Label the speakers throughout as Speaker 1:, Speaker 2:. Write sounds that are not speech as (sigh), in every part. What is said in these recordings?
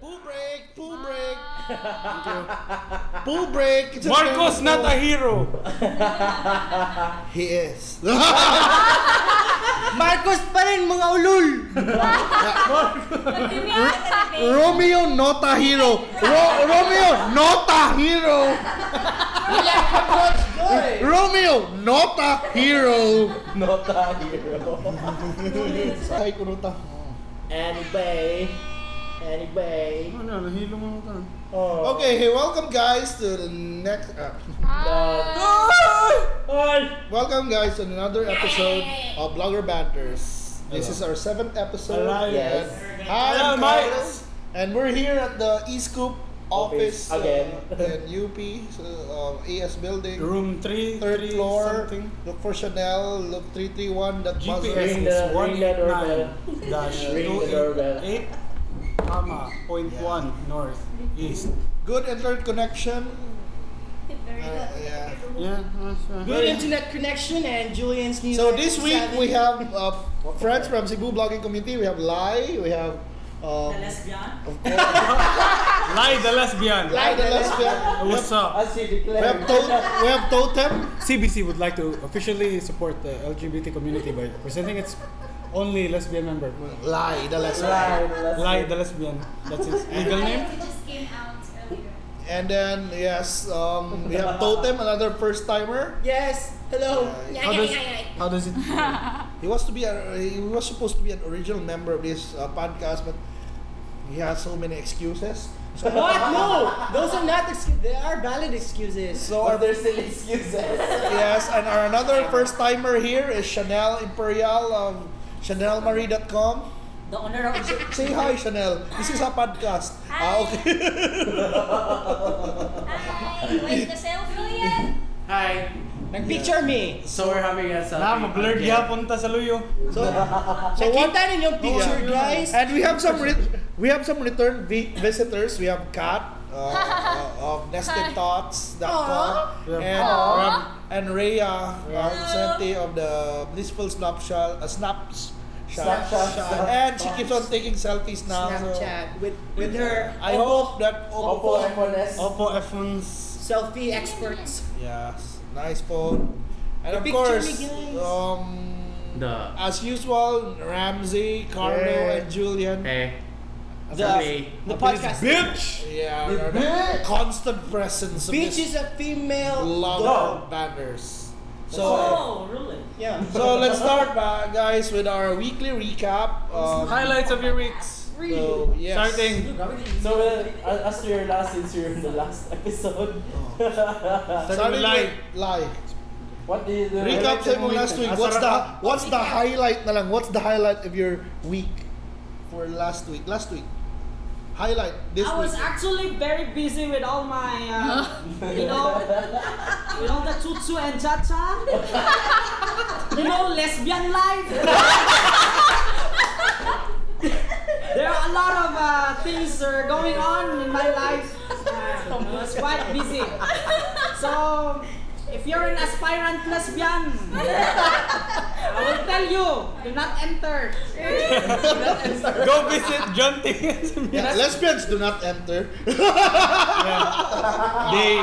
Speaker 1: Poo break! Poo
Speaker 2: Ah.
Speaker 1: break! (laughs) Poo break! It's a
Speaker 3: Marcos
Speaker 1: terrible-
Speaker 3: not a hero.
Speaker 1: He (laughs) is.
Speaker 2: Marcos pa rin, mga ulul!
Speaker 1: Romeo not a hero. Ro- Romeo not a hero. Romeo not a hero.
Speaker 2: Not a hero.
Speaker 1: Ay, kunuta.
Speaker 2: Anyway. Anyway.
Speaker 1: Ano, nahilo mo nuta.
Speaker 2: Oh.
Speaker 1: Okay, hey, welcome guys to the next... Uh, Ah.
Speaker 2: Ay!
Speaker 1: welcome guys to another episode of Blogger Banters. This is our seventh episode.
Speaker 3: Hello.
Speaker 2: Yes.
Speaker 1: Hi, I'm
Speaker 3: Hello,
Speaker 1: Kyle.
Speaker 3: mates.
Speaker 1: And we're here at the E-Scoop office,
Speaker 2: Office again.
Speaker 1: uh, in UP, so, um, AS building.
Speaker 3: Room 3,
Speaker 1: third
Speaker 3: three
Speaker 1: floor.
Speaker 3: something.
Speaker 1: Look for Chanel. Look 331. That
Speaker 3: GPS
Speaker 2: Ring
Speaker 1: buzzer.
Speaker 3: is
Speaker 2: the- ring the doorbell.
Speaker 3: 189 dash
Speaker 2: Ring the doorbell.
Speaker 3: 288 comma point one north east.
Speaker 1: Good internet connection.
Speaker 4: Very
Speaker 1: Uh, yeah.
Speaker 3: Yeah, that's right.
Speaker 5: Good internet connection and Julian's new.
Speaker 1: So this week we
Speaker 5: 7.
Speaker 1: have uh, friends from Cebu blogging community. We have Lai. We have um, of course,
Speaker 3: Lie the lesbian.
Speaker 1: Lai the lesbian.
Speaker 3: What's up?
Speaker 2: As he
Speaker 1: We have,
Speaker 2: declared.
Speaker 1: to- we have Totem.
Speaker 3: CBC would like to officially support the LGBT community by presenting its only lesbian member.
Speaker 1: Lai the lesbian.
Speaker 2: Right,
Speaker 3: Lie the lesbian. That's its legal name.
Speaker 4: just came out earlier.
Speaker 1: And then yes, um, we have Totem, another first timer.
Speaker 5: Yes. Hello.
Speaker 3: How does, how does it feel?
Speaker 1: He was to be a, he was supposed to be an original member of this uh, podcast, but he has so many excuses. So
Speaker 5: What? No. Those are not. Excu- they are valid excuses.
Speaker 1: So our,
Speaker 2: Or there's still excuses.
Speaker 1: (laughs) yes, and our another first timer here is Chanel Imperial of ChanelMarie.com.
Speaker 6: The owner of the
Speaker 1: Say hi, Chanel. This is a podcast. Ah, okay.
Speaker 4: Hi! Wait, the selfie yet?
Speaker 6: Hi.
Speaker 5: Nagpicture me.
Speaker 6: So we're having a selfie.
Speaker 3: Na, ma-blurred
Speaker 6: again.
Speaker 3: yapon ta sa luyo.
Speaker 1: So, so what? Oh,
Speaker 5: Nakita ninyong picture,
Speaker 1: Yeah.
Speaker 5: guys.
Speaker 1: And we have some re- we have some return vi- visitors. We have Kat uh,
Speaker 5: (laughs)
Speaker 1: uh, of NestedThoughts.com
Speaker 3: Aw.
Speaker 1: and um,
Speaker 4: Aw.
Speaker 1: and Rhea, uh, representative of the Blissful Snapshot, uh, Snaps.
Speaker 2: Snapshot.
Speaker 1: And she keeps on taking selfies now. so-
Speaker 5: Snapchat with with her.
Speaker 1: I hope that
Speaker 2: Opo, Epones.
Speaker 3: Oppo F1's
Speaker 5: Selfie experts.
Speaker 1: Yes, nice phone. And
Speaker 5: The
Speaker 1: of
Speaker 5: picture
Speaker 1: course,
Speaker 5: me, guys.
Speaker 1: um,
Speaker 6: The.
Speaker 1: as usual, Ramsey, Carlo,
Speaker 2: Yeah.
Speaker 1: and Julian.
Speaker 3: Eh,
Speaker 6: Hey.
Speaker 5: The, the podcast.
Speaker 3: Bitch!
Speaker 1: Yeah,
Speaker 2: The
Speaker 1: they're the
Speaker 2: bitch.
Speaker 1: constant presence of
Speaker 5: Bitch
Speaker 1: this
Speaker 5: is a female.
Speaker 1: love
Speaker 2: dog.
Speaker 1: banners. So,
Speaker 2: Oh,
Speaker 6: really?
Speaker 1: (laughs)
Speaker 5: Yeah.
Speaker 1: so let's start, uh, guys, with our weekly recap. Um,
Speaker 3: (laughs) Highlights of your weeks.
Speaker 1: so, yes.
Speaker 3: Starting.
Speaker 2: So, well, as- as to your last, since you're in the last (laughs) episode,
Speaker 1: Starting
Speaker 3: Live.
Speaker 1: with live.
Speaker 2: what do you do?
Speaker 1: Recap sa mong last week. What's the
Speaker 3: Asarap.
Speaker 1: what's the highlight na lang? What's the highlight of your week for last week? Last week. Highlight this
Speaker 7: I was
Speaker 1: week.
Speaker 7: actually very busy with all my,
Speaker 1: (laughs)
Speaker 7: uh, you know, with all the tutu and cha
Speaker 1: (laughs)
Speaker 7: cha. you know, lesbian life. there are a lot of uh, things uh, going on in my life. Uh, I was quite busy. So, if you're an aspirant lesbian, I will tell you, do not enter.
Speaker 3: Go visit John Ting's.
Speaker 1: Yeah, lesbians do not enter.
Speaker 3: They,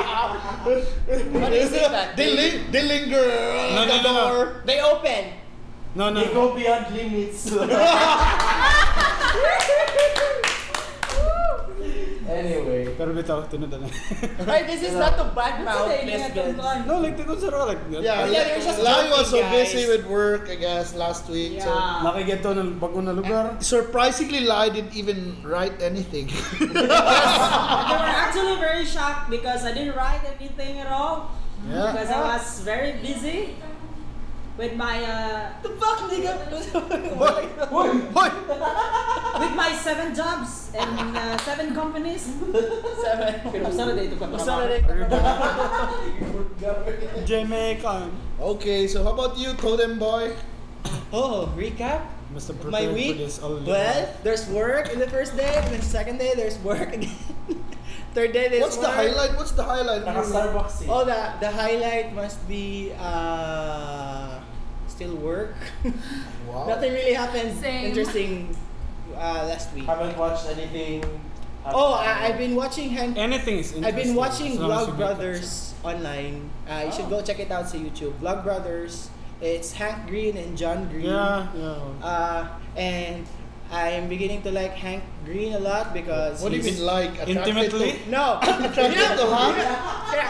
Speaker 5: What is it
Speaker 1: (laughs)
Speaker 5: that?
Speaker 1: they, li- they linger on
Speaker 3: No,
Speaker 1: the
Speaker 3: no, no, no.
Speaker 1: door.
Speaker 5: They open.
Speaker 3: no,
Speaker 2: They
Speaker 3: no.
Speaker 2: go beyond limits. anyway.
Speaker 3: Pero bitaw, tinod na.
Speaker 5: Right, this is not to badmouth lesbians.
Speaker 7: Yeah.
Speaker 3: No, like, tinod sa raw. Like,
Speaker 1: Yeah,
Speaker 5: Yeah,
Speaker 1: Lai
Speaker 5: you're just
Speaker 1: Lai was so
Speaker 5: joking,
Speaker 1: busy
Speaker 5: guys.
Speaker 1: with work, I guess, last week. So
Speaker 3: Nakigeto ng bago na lugar.
Speaker 1: surprisingly, Lai didn't even write anything.
Speaker 7: They were actually very shocked because I didn't write anything at all
Speaker 1: yeah.
Speaker 7: because I was very busy with my uh,
Speaker 5: The fuck, nigga?
Speaker 1: Hoy, hoy.
Speaker 7: with my seven jobs and uh, seven companies.
Speaker 3: Jamaican.
Speaker 1: Okay, so how about you, Totem Boy?
Speaker 5: Oh, recap?
Speaker 3: Must have
Speaker 5: My
Speaker 3: prepared for
Speaker 5: week?
Speaker 3: this all
Speaker 5: Well, there's work in the first day, and then second day there's work again. (laughs) Third day there's
Speaker 1: What's the
Speaker 5: work.
Speaker 1: highlight? What's the highlight? of your-
Speaker 2: Naka-Starbucks eh.
Speaker 5: Oh, the, the highlight must be uh, still work. (laughs)
Speaker 1: Wow.
Speaker 5: Nothing really happened
Speaker 4: Same.
Speaker 5: interesting uh, last week.
Speaker 2: Haven't watched anything
Speaker 6: Oh, I, I've been watching hand.
Speaker 3: Anything is interesting.
Speaker 6: I've been watching
Speaker 3: as long as you
Speaker 6: Vlog
Speaker 3: make
Speaker 6: Brothers online. Uh, you should go check it out sa YouTube. Vlog Brothers. It's Hank Green and John
Speaker 3: it.
Speaker 6: Green.
Speaker 3: Yeah, yeah.
Speaker 6: Uh, and I'm beginning to like Hank Green a lot because
Speaker 1: What do you
Speaker 6: he's-
Speaker 1: mean like? attracted
Speaker 3: Intimately?
Speaker 1: to-
Speaker 6: No,
Speaker 1: Attracted to Hank?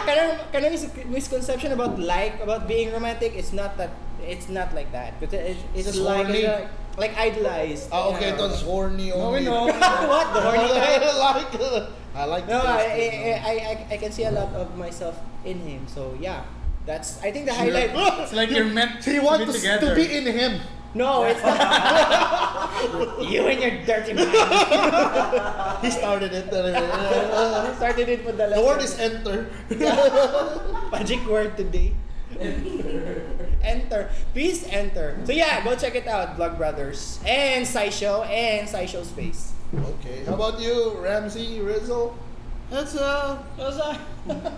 Speaker 6: Kanang kanang mis- misconception about like about being romantic. It's not that. It's not like that. But it, it's
Speaker 1: Just
Speaker 6: like
Speaker 1: horny.
Speaker 6: like, like idolized.
Speaker 1: Ah, okay,
Speaker 6: Yeah.
Speaker 1: ito is horny
Speaker 3: No,
Speaker 1: only. (laughs)
Speaker 3: we know.
Speaker 6: what the horny type?
Speaker 1: like, I like
Speaker 6: No,
Speaker 1: the
Speaker 6: I,
Speaker 1: taste of
Speaker 6: I, I, I, I can see a lot of myself in him. So yeah, that's I think the
Speaker 1: Sure.
Speaker 6: highlight. (laughs)
Speaker 3: It's like you're meant
Speaker 1: He
Speaker 3: to
Speaker 1: wants to,
Speaker 3: be
Speaker 1: s-
Speaker 3: together.
Speaker 1: to be in him.
Speaker 6: No, it's not. (laughs) you and your dirty mind.
Speaker 1: He started it.
Speaker 6: (laughs) Started it with the
Speaker 1: the word is enter.
Speaker 6: magic word today. (laughs) enter. Please enter. So yeah, go check it out, Vlog Brothers and SciShow and SciShow Space.
Speaker 1: Okay, how about you, Ramsey Rizzo?
Speaker 3: That's uh,
Speaker 6: Yeah,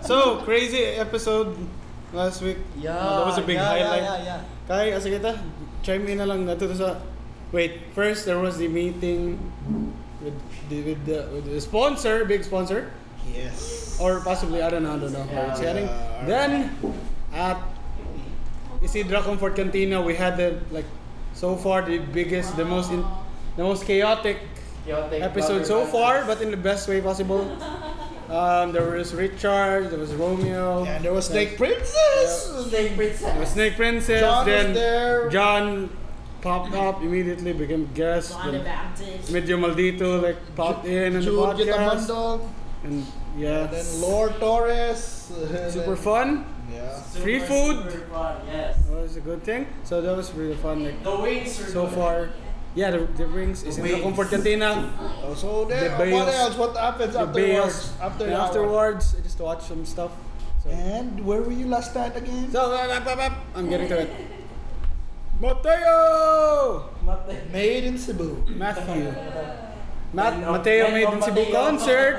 Speaker 3: (laughs) so crazy episode last week. Uh, that was a big highlight.
Speaker 6: yeah,
Speaker 3: Kaya kasi kita, chime in na lang nato to sa Wait, first there was the meeting with the, with the, with the sponsor, big sponsor
Speaker 1: Yes.
Speaker 3: or possibly I don't know, I don't know.
Speaker 2: Yeah.
Speaker 3: Sharing. Then at Isidra Comfort Cantina, we had the like so far the biggest, the most in, the most chaotic
Speaker 2: Chaotic
Speaker 3: episode so
Speaker 2: government.
Speaker 3: far, but in the best way possible. Um, there was Richard, there was Romeo,
Speaker 1: Yeah, and there was Snake
Speaker 3: there
Speaker 1: Princess.
Speaker 2: Snake princess.
Speaker 3: was Snake Princess,
Speaker 1: John was
Speaker 3: then
Speaker 1: there.
Speaker 3: John popped up immediately, became guest.
Speaker 8: John the
Speaker 3: then
Speaker 8: Baptist.
Speaker 3: Medyo Maldito like popped in in the
Speaker 1: Jude
Speaker 3: podcast,
Speaker 1: Gitamondo.
Speaker 3: and yeah,
Speaker 1: Then Lord Torres. and
Speaker 3: super
Speaker 1: then-
Speaker 3: fun.
Speaker 1: Yeah.
Speaker 2: Super,
Speaker 3: Free food.
Speaker 2: Super fun, yes.
Speaker 3: That was a good thing. So that was really fun. Like
Speaker 2: The wings are
Speaker 3: so
Speaker 2: good.
Speaker 3: far, yeah, the, the rings is in the
Speaker 2: Wings.
Speaker 3: comfort cantina.
Speaker 1: Oh, so then,
Speaker 3: The
Speaker 1: what
Speaker 3: Bales.
Speaker 1: else? What happens
Speaker 3: The
Speaker 1: afterwards?
Speaker 3: Bales.
Speaker 1: After
Speaker 3: And
Speaker 1: the hour.
Speaker 3: afterwards, I just watch some stuff. So.
Speaker 1: And where were you last night again?
Speaker 3: So, up, up, up, up. I'm getting to it. Mateo!
Speaker 2: Matay.
Speaker 1: Made in Cebu.
Speaker 3: Matthew. Mat
Speaker 2: Men of-
Speaker 3: Mateo
Speaker 2: men
Speaker 3: made
Speaker 2: of
Speaker 3: in Cebu
Speaker 2: Mateo.
Speaker 3: concert.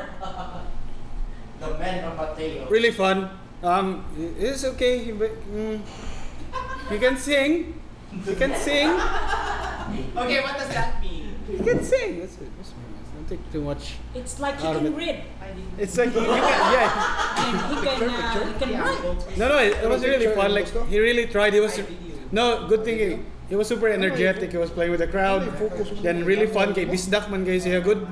Speaker 2: The men of Mateo.
Speaker 3: Really fun. Um, i- it's okay. He, ba- mm, he can sing. He can sing.
Speaker 6: Okay, what does that mean?
Speaker 3: He can sing. That's it. That's very nice. Don't take too much.
Speaker 7: It's like he
Speaker 3: Out of
Speaker 7: can
Speaker 3: it.
Speaker 7: read.
Speaker 3: It's like, he, he can, yeah.
Speaker 7: And he can, uh, he can write.
Speaker 3: No, no, it, it was really fun. Like, he really tried. He was, no, good thing. He, he was super energetic. He was playing with the crowd. Then really fun kay Bisdak man kay siya good.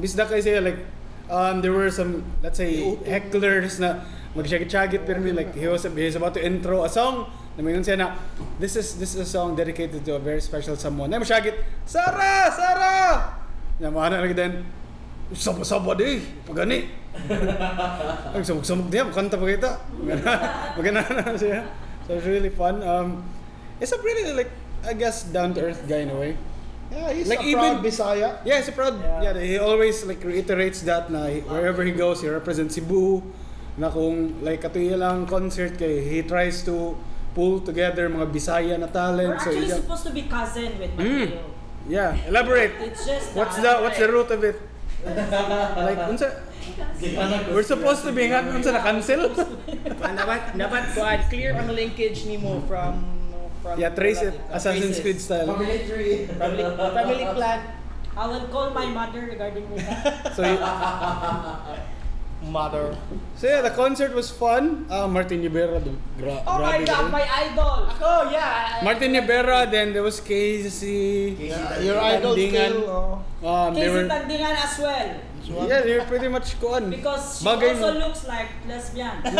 Speaker 3: Bisdak kay siya like um, there were some let's say hecklers na magsyagit-syagit pero may like he was he's about to intro a song na may nun siya na this is this is a song dedicated to a very special someone. Na masyagit, Sara! Sara! Na mga na lang din, Saba-saba di, pagani. (laughs) Ang sumog-sumog niya, kanta pa kita. (laughs) Magana na siya. So it's really fun. Um, it's a pretty like, I guess, down-to-earth guy in a way.
Speaker 1: Yeah, he's
Speaker 3: Like
Speaker 1: a proud
Speaker 3: even-
Speaker 1: Bisaya.
Speaker 3: Yeah, he's a proud. Yeah. he always like reiterates that na he- wherever he goes, he represents Cebu. Na kung like katuya lang concert kay he tries to pull together mga Bisaya na
Speaker 7: We're
Speaker 3: talent. So
Speaker 7: actually
Speaker 3: yeah.
Speaker 7: supposed to be cousin with
Speaker 3: Mm.
Speaker 7: Mateo.
Speaker 3: yeah, elaborate.
Speaker 7: It's just
Speaker 3: What's the what's the root of it?
Speaker 2: (laughs)
Speaker 3: like unsa we're supposed to be nga unsa na
Speaker 7: (laughs)
Speaker 3: cancel?
Speaker 6: dapat dapat kuan clear ang linkage nimo from from
Speaker 3: yeah, trace it Assassin's Creed
Speaker 6: Traces.
Speaker 3: style.
Speaker 2: Family tree.
Speaker 6: Family, family
Speaker 2: (laughs)
Speaker 6: clan.
Speaker 7: I will call my mother regarding with
Speaker 3: (laughs)
Speaker 7: that.
Speaker 3: So
Speaker 6: Mother.
Speaker 3: so yeah, the concert was fun. Ah, Martin Rivera dun. Gra-
Speaker 7: Oh my
Speaker 3: grabe
Speaker 7: god,
Speaker 3: yun.
Speaker 7: my idol!
Speaker 6: Ako, yeah.
Speaker 3: Martin Rivera, then there was Casey.
Speaker 1: Yeah, your idol
Speaker 3: Tandingan.
Speaker 1: still. oh.
Speaker 3: Um, they
Speaker 7: Casey
Speaker 3: were
Speaker 7: Tagdingan as well.
Speaker 3: Yeah, they were pretty much kuan.
Speaker 7: Because she
Speaker 3: Bagay
Speaker 7: also
Speaker 3: mo.
Speaker 7: looks like lesbian.
Speaker 1: What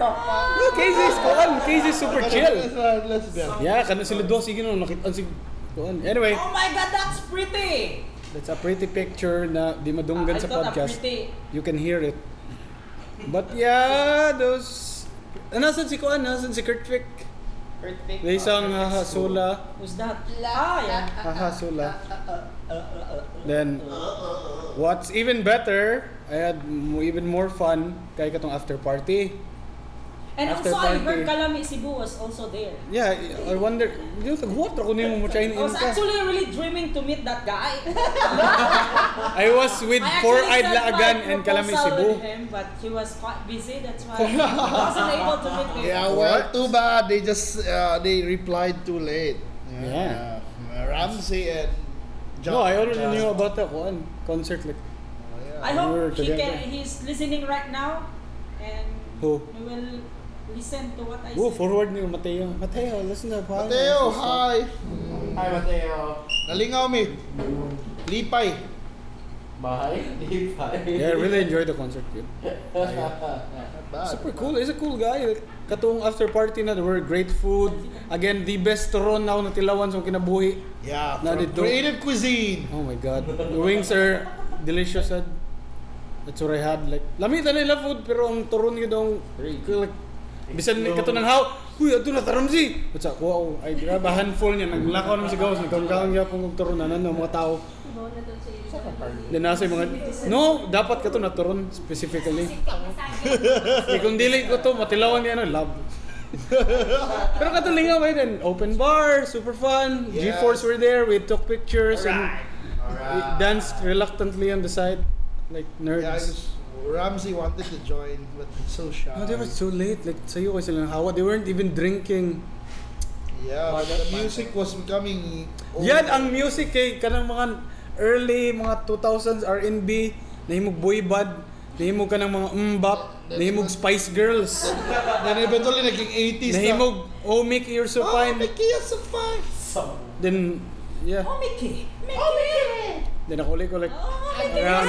Speaker 1: the fuck?
Speaker 3: No, Casey's kuan. Casey's super chill.
Speaker 1: uh, Lesbian.
Speaker 3: Yeah, kano sila do sige no nakita si kuan. Anyway,
Speaker 7: oh my god, that's pretty!
Speaker 3: that's a pretty picture na di
Speaker 7: Ah, I
Speaker 3: madunggan sa
Speaker 7: thought a
Speaker 3: podcast.
Speaker 7: pretty.
Speaker 3: You can hear it. But yeah, those Ah, Nasaan si Kuan? Nasaan si Kurt Vick?
Speaker 6: Perfect.
Speaker 3: They sang
Speaker 7: Ah,
Speaker 3: Haha Sula.
Speaker 7: Who's that? Ah, yeah.
Speaker 3: Haha Sula.
Speaker 7: ah,
Speaker 3: Then, what's even better, I had m- even more fun kay katong after party.
Speaker 7: And
Speaker 3: After
Speaker 7: also,
Speaker 3: party.
Speaker 7: Albert Calami Cebu was also there.
Speaker 3: Yeah, I wonder, yung tagwat ako ni mo mo
Speaker 7: I was actually really dreaming to meet that guy. (laughs)
Speaker 3: I was with
Speaker 7: I
Speaker 3: Four
Speaker 7: actually
Speaker 3: Eyed
Speaker 7: sent my
Speaker 3: Laagan and Kalami
Speaker 7: proposal
Speaker 3: Cebu.
Speaker 7: with him, but he was quite busy,
Speaker 3: (laughs)
Speaker 7: that's why I wasn't able to meet him.
Speaker 1: Yeah, well, too bad. They just uh, they replied too late.
Speaker 3: Yeah.
Speaker 1: Uh, Ramsey and
Speaker 3: No, I already knew about that one concert. Like,
Speaker 7: I
Speaker 3: We were
Speaker 7: hope he
Speaker 3: together.
Speaker 7: can, he's listening right now and
Speaker 3: Who?
Speaker 7: he will listen to what I
Speaker 3: oh,
Speaker 7: said.
Speaker 3: forward niyo, Mateo. Mateo, listen up. hi.
Speaker 1: Mateo, hi!
Speaker 2: Hi, Mateo.
Speaker 1: Nalingaw mi. Lipay.
Speaker 2: Bye. (laughs) Bye.
Speaker 3: Yeah, I really enjoyed the concert. Dude.
Speaker 1: Not bad.
Speaker 3: Super cool. He's a cool guy. Like, Katong after party na, there were great food. Again, the best ron na ako natilawan sa akong kinabuhi.
Speaker 1: Yeah, from
Speaker 3: Not at all.
Speaker 1: creative cuisine.
Speaker 3: Oh my god. The wings are delicious. Had. That's what I had. Like, lamit na nila food, pero ang turon yun daw. Like, bisan ni kato ng how, Uy, ato na taram si! What's up? Wow, ay grab a handful niya. Naglakaw ng sigaw. Nagkaon-kaon niya kung turunan na ng mga tao. Then nasa yung mga, no, dapat kato na turon specifically. (laughs) Eh, kung dili ko to, matilawan niya ano, love. (laughs) Pero katulinga ba yun? Open bar, super fun.
Speaker 1: Yes.
Speaker 3: G-Force were there, we took pictures and we
Speaker 2: Alright.
Speaker 3: danced reluctantly on the side. Like nerds.
Speaker 1: Yeah, I just, Ramsey wanted to join, but he's so shy.
Speaker 3: No, Oh, they were so late. Like, sa'yo kasi lang hawa. They weren't even drinking.
Speaker 1: Yeah,
Speaker 2: Oh, that's
Speaker 1: the music was becoming. old.
Speaker 3: Yan ang music kay kanang mga early mga 2000s R&B, nahimog boy band, nahimog kanang mga mbap, nahimog Spice Girls,
Speaker 1: Then eventually naging 80s na.
Speaker 3: nahimog Oh Make You're So
Speaker 1: Oh,
Speaker 3: Fine.
Speaker 1: Mickey, you're so fine.
Speaker 2: So,
Speaker 3: Then yeah, then ako ulit ko like around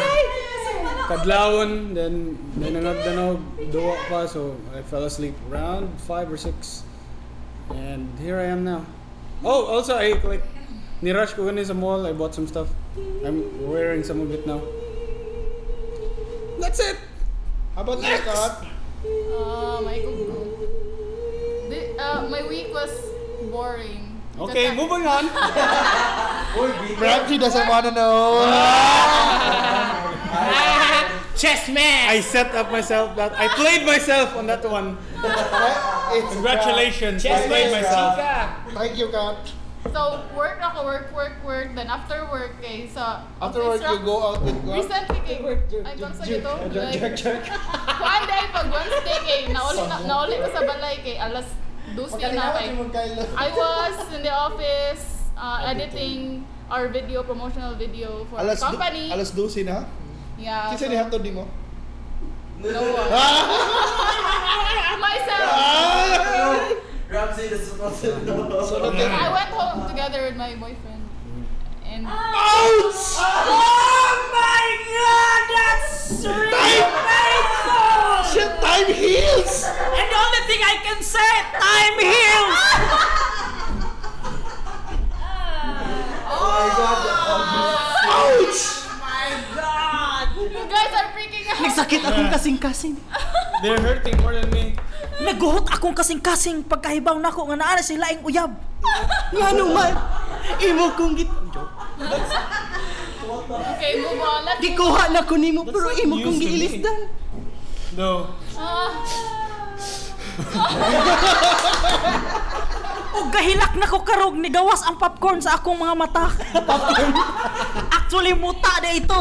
Speaker 3: kadlawon then nananod danog duwa pa so I fell asleep around 5 or 6 and here I am now oh also I like nirush ko ganun sa mall I bought some stuff I'm wearing some of it now that's it
Speaker 1: How about you, Kat?
Speaker 9: Ah, my God. Di- ah, my week was boring.
Speaker 3: okay
Speaker 9: Kasi-
Speaker 3: moving on
Speaker 2: Uy, beat.
Speaker 1: Ramsey doesn't want to
Speaker 5: Oh,
Speaker 3: (laughs)
Speaker 1: know.
Speaker 5: Chess man!
Speaker 3: I set up myself that I played myself on that one
Speaker 1: It's
Speaker 3: congratulations I
Speaker 5: Chess
Speaker 3: played
Speaker 5: man,
Speaker 3: myself
Speaker 5: chika!
Speaker 1: Thank you, Kat.
Speaker 9: So, work ako, work, work, work. Then after work, kay sa...
Speaker 1: After work, you go out with Kat.
Speaker 9: Recently, kay... Ay, kung sa ito, like... (laughs) Kuhan dahil pag Wednesday, kay... Nauli, na, nauli ko sa balay, kay alas 12 na kay... I was in the office, uh, editing our video, promotional video for
Speaker 1: Alas,
Speaker 9: the
Speaker 1: du-
Speaker 9: company.
Speaker 1: alas 12 na.
Speaker 9: yeah.
Speaker 1: Kinsa
Speaker 9: so-
Speaker 1: ni hatod ni mo?
Speaker 9: No one. Myself.
Speaker 1: Ah!
Speaker 2: Ramsey is supposed to know.
Speaker 1: So,
Speaker 2: So,
Speaker 1: natin.
Speaker 9: I went home together with my boyfriend. And...
Speaker 7: Oh my god, that's really painful!
Speaker 1: Shit, time heals!
Speaker 7: And the only thing I can say, time heals!
Speaker 2: my god.
Speaker 7: My god!
Speaker 9: You guys are freaking out.
Speaker 7: Nagsakit akong kasing-kasing.
Speaker 3: they're hurting more than me
Speaker 7: Naguhot akong kasing-kasing pagkahibaw nako nga naa na sila ang uyab. Ngano man? Imo kong git
Speaker 9: Okay, move on. Let's
Speaker 7: gikuha na ko nimo pero imo
Speaker 3: news
Speaker 7: kong
Speaker 3: to me.
Speaker 7: giilisdan.
Speaker 3: no
Speaker 9: Ah,
Speaker 7: O gahilak na ko karog ni gawas ang popcorn sa akong mga mata. Actually muta na ito.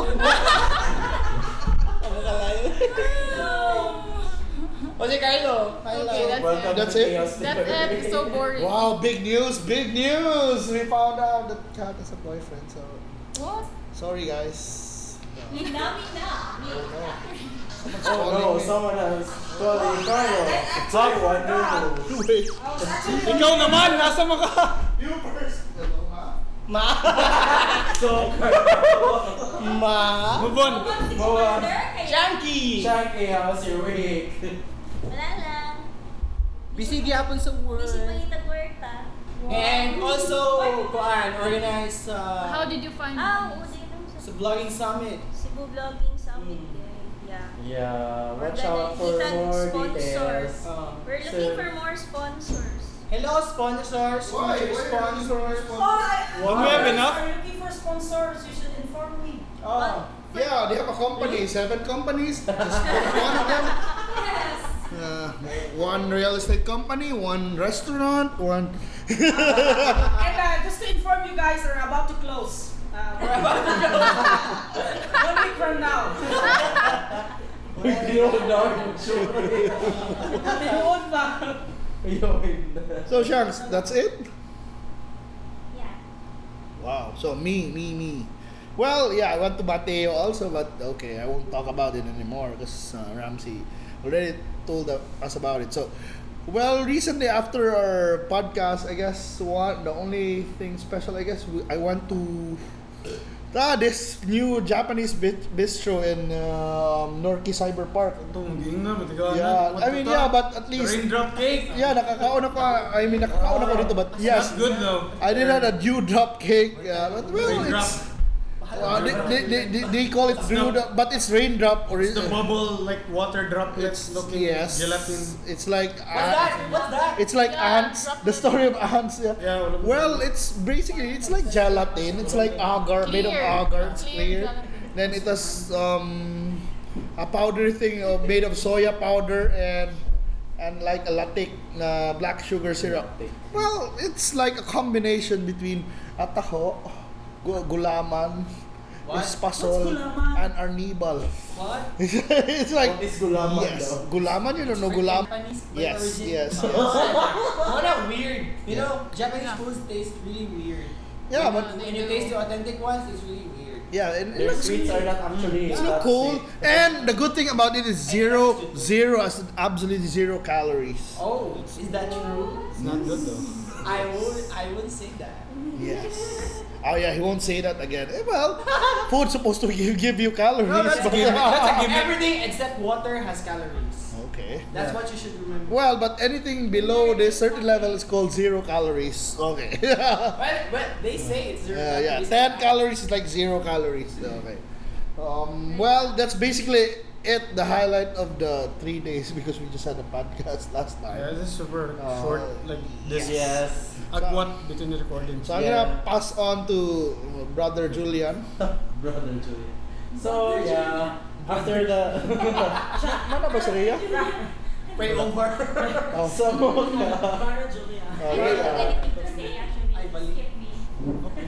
Speaker 9: Okay, that's it.
Speaker 1: That's it?
Speaker 9: That's it. So boring.
Speaker 1: Wow, big news, big news! We found out that Kat has a boyfriend, so
Speaker 9: What?
Speaker 1: sorry guys.
Speaker 2: Oh no, someone else. Totally Carlo. Talk one, no.
Speaker 1: Wait.
Speaker 3: ikaw naman nasa mo ka
Speaker 1: You first!
Speaker 2: So,
Speaker 3: move on
Speaker 5: Chunky!
Speaker 2: Jackie, how's your week?
Speaker 4: Wala lang.
Speaker 5: Busy gyapon sa work.
Speaker 4: Busy pa yung tag-work, ah.
Speaker 5: And also, kuan, organize uh,
Speaker 9: How did you find
Speaker 4: Ah,
Speaker 9: me?
Speaker 4: oo, di naman sa
Speaker 5: sa vlogging summit.
Speaker 4: Cebu Vlogging Summit. Yeah.
Speaker 2: Yeah,
Speaker 4: We're
Speaker 2: watch out for
Speaker 4: gonna need
Speaker 2: more
Speaker 4: sponsors.
Speaker 2: details.
Speaker 5: Uh,
Speaker 4: We're looking for more sponsors.
Speaker 5: hello sponsors,
Speaker 1: Why?
Speaker 5: future sponsors.
Speaker 3: Don't we have enough?
Speaker 7: looking for sponsors, you should inform me.
Speaker 5: Oh,
Speaker 1: Yeah, they have a company, seven companies. Just pick one of them. Uh, one real estate company, one restaurant, one.
Speaker 7: And uh, just to inform you guys, we're about to close. Uh, we're about to close. (laughs) One week from now.
Speaker 2: We don't know the truth.
Speaker 7: Tinuod ba?
Speaker 2: Yo, wait.
Speaker 1: So, Shanks, that's it?
Speaker 4: Yeah.
Speaker 1: Wow. So me, me, me. Well, yeah, I went to Mateo also, but okay, I won't talk about it anymore because uh, Ramsey already told us about it. So, well, recently after our podcast, I guess one the only thing special, I guess, we, I went to ah, this new Japanese bit, bistro in um, Norky Cyber Park.
Speaker 3: Itong ging na, matigaan na.
Speaker 1: Yeah,
Speaker 3: What
Speaker 1: I
Speaker 3: the
Speaker 1: mean,
Speaker 3: fuck?
Speaker 1: yeah, but at least-
Speaker 3: Raindrop cake.
Speaker 1: Yeah, nakakaon ako. I mean, nakakaon ako dito, but yes,
Speaker 3: That's good though.
Speaker 1: I did have a dewdrop cake. Yeah, but well,
Speaker 3: Raindrop.
Speaker 1: it's Uh, they, they, they, they, they call it
Speaker 3: not-
Speaker 1: dewdrop, but it's raindrop or
Speaker 3: It's the bubble, like water droplets looking
Speaker 1: yes,
Speaker 3: gelatin.
Speaker 1: It's like
Speaker 2: What's
Speaker 1: uh,
Speaker 2: that? What's that?
Speaker 1: it's like
Speaker 9: Yeah,
Speaker 1: ants.
Speaker 9: droplet.
Speaker 1: The story of ants. Yeah.
Speaker 3: Yeah, wala-
Speaker 1: Well, it's basically it's like gelatin. It's like agar, made of
Speaker 9: Clear.
Speaker 1: agar. It's
Speaker 9: Clear
Speaker 1: clear.
Speaker 9: gelatin.
Speaker 1: Then it has um, a powdery thing of, made of soya powder and and like a latte na black sugar syrup. Well, it's like a combination between ataho, gu- gulaman,
Speaker 7: What?
Speaker 1: espasol,
Speaker 7: What's gulaman?
Speaker 1: and arnibal.
Speaker 7: What?
Speaker 1: (laughs) it's like
Speaker 2: What is gulaman
Speaker 1: yes,
Speaker 2: daw?
Speaker 1: gulaman you don't know gulaman.
Speaker 7: Japanese food
Speaker 1: Yes,
Speaker 7: origin.
Speaker 1: yes, yes.
Speaker 7: what a weird. You
Speaker 1: Yeah.
Speaker 7: know, Japanese
Speaker 9: Yeah.
Speaker 7: foods taste really weird.
Speaker 1: Yeah, but
Speaker 7: When you taste the authentic ones, it's really weird.
Speaker 1: yeah, and it
Speaker 2: Their
Speaker 1: looks
Speaker 2: sweets are not actually.
Speaker 1: It's not
Speaker 2: that
Speaker 1: cold,
Speaker 2: sweet.
Speaker 1: and the good thing about it is zero, zero, as in absolutely zero calories.
Speaker 7: Oh, is that true?
Speaker 3: It's not good though.
Speaker 7: I would I would say that.
Speaker 1: Yes. Oh yeah, he won't say that again. Eh,
Speaker 7: (laughs)
Speaker 1: well, food's supposed to give, give you calories. but-
Speaker 7: Everything except water has calories.
Speaker 1: okay.
Speaker 7: That's what you should remember.
Speaker 1: Well, but anything below this certain level is called zero calories. Okay. (laughs) yeah,
Speaker 7: Well, well, they say it's zero
Speaker 1: yeah.
Speaker 7: calories.
Speaker 1: Ten calories is like zero calories. Okay. Um, well, that's basically it. The highlight of the three days (laughs) because we just had a podcast (laughs) last
Speaker 3: Yeah,
Speaker 1: time.
Speaker 3: this is super
Speaker 1: Uh,
Speaker 3: short. Like this.
Speaker 2: Yes.
Speaker 3: At what between the recordings?
Speaker 1: So I'm gonna pass on to uh, brother Julian.
Speaker 2: Brother Julia. So yeah, after the
Speaker 1: Mana ba si Rhea?
Speaker 7: Pray over.
Speaker 1: Oh.
Speaker 2: so
Speaker 1: Okay, uh,
Speaker 7: I believe.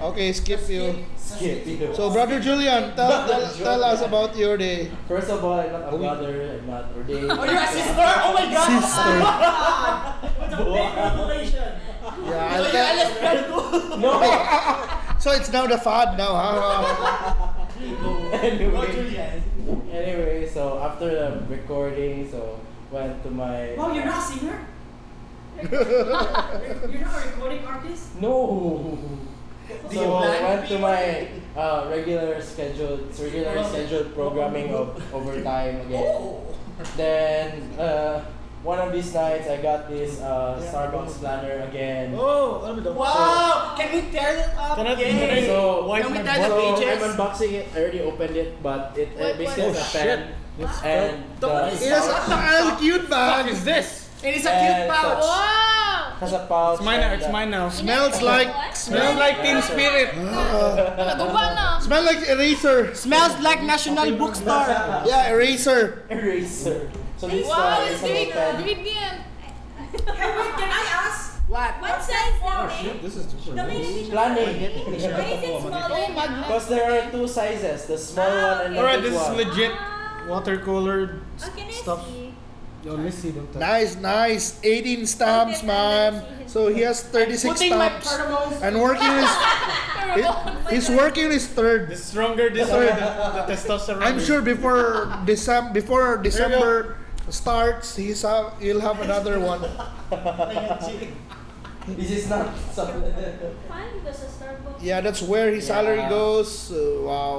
Speaker 1: okay, skip you.
Speaker 2: (laughs) skip. it.
Speaker 1: So brother Julian, tell tell, tell us about your day.
Speaker 2: First of all, I'm not a brother. I'm not
Speaker 7: (laughs)
Speaker 2: ordained.
Speaker 7: Oh, you're a sister? Oh my god! Oh
Speaker 1: Sister. Yeah,
Speaker 7: So
Speaker 1: I'll
Speaker 7: you're a
Speaker 1: tell.
Speaker 7: lesbian too?
Speaker 2: No.
Speaker 7: (laughs)
Speaker 1: So it's now the fad now, huh?
Speaker 7: No,
Speaker 2: (laughs) anyway,
Speaker 7: Julian.
Speaker 2: anyway, so after the recording, so went to my.
Speaker 10: Wow,
Speaker 7: oh,
Speaker 10: you're not a
Speaker 7: (laughs)
Speaker 10: singer? You're not a recording artist?
Speaker 2: No. (laughs)
Speaker 7: Do you
Speaker 2: So
Speaker 7: plan
Speaker 2: went
Speaker 7: to
Speaker 2: to
Speaker 7: be
Speaker 2: my uh, regular scheduled regular scheduled programming
Speaker 7: (laughs)
Speaker 2: of overtime again.
Speaker 7: Oh.
Speaker 2: Then uh, one of these nights I got this uh, Starbucks planner again.
Speaker 3: Oh, alam mo daw.
Speaker 7: Wow! Can we tear that up?
Speaker 3: Can I-
Speaker 7: Yay!
Speaker 3: can I-
Speaker 2: So
Speaker 3: Why
Speaker 7: Can we
Speaker 3: my
Speaker 7: tell
Speaker 3: butt-
Speaker 7: the
Speaker 2: So
Speaker 7: pages?
Speaker 2: I'm unboxing it. I already opened it, but it uh,
Speaker 9: What-
Speaker 2: basically
Speaker 9: what-
Speaker 2: has a
Speaker 3: Oh, shit.
Speaker 2: pen and uh,
Speaker 1: It
Speaker 2: the,
Speaker 1: is a child cute
Speaker 3: What
Speaker 1: bag.
Speaker 3: is this?
Speaker 7: It is a
Speaker 2: And
Speaker 7: cute pouch.
Speaker 9: Wow!
Speaker 2: has a pouch.
Speaker 3: It's mine now.
Speaker 2: and
Speaker 3: It's
Speaker 2: the-
Speaker 3: mine now.
Speaker 1: Smells like
Speaker 3: Smells
Speaker 1: smells like
Speaker 3: like Teen
Speaker 4: (laughs)
Speaker 3: Spirit.
Speaker 9: Naguba na.
Speaker 1: smell like eraser.
Speaker 7: Smells like National Bookstore.
Speaker 1: Yeah, eraser.
Speaker 2: eraser. So this one
Speaker 9: Wow, it's
Speaker 2: is a
Speaker 9: big.
Speaker 2: pen.
Speaker 9: Ingredient.
Speaker 10: Hey, wait, can I ask?
Speaker 7: What?
Speaker 10: What size is
Speaker 3: This is super
Speaker 10: The baby
Speaker 2: (laughs) Planning.
Speaker 10: Why is it
Speaker 9: Oh,
Speaker 10: smaller?
Speaker 9: magnet.
Speaker 2: Because there are two sizes, the small one
Speaker 9: Ah,
Speaker 2: and the
Speaker 3: Alright,
Speaker 2: big
Speaker 3: this is
Speaker 4: Ah,
Speaker 2: one.
Speaker 3: legit watercolor
Speaker 10: Oh, can I
Speaker 3: stuff.
Speaker 10: see?
Speaker 3: Yo, let's see. Don't touch.
Speaker 1: Nice, nice. 18 stamps, ma'am. So he has 36
Speaker 7: Putting my
Speaker 1: stamps.
Speaker 7: cardamom.
Speaker 1: And working his he- he's working his third.
Speaker 3: The stronger this are, the, the testosterone.
Speaker 1: I'm sure before December before December starts, he's have, he'll have another one.
Speaker 2: This is not something.
Speaker 4: Fun because of Starbucks.
Speaker 1: Yeah, that's where his salary
Speaker 2: Yeah.
Speaker 1: goes. Uh, wow.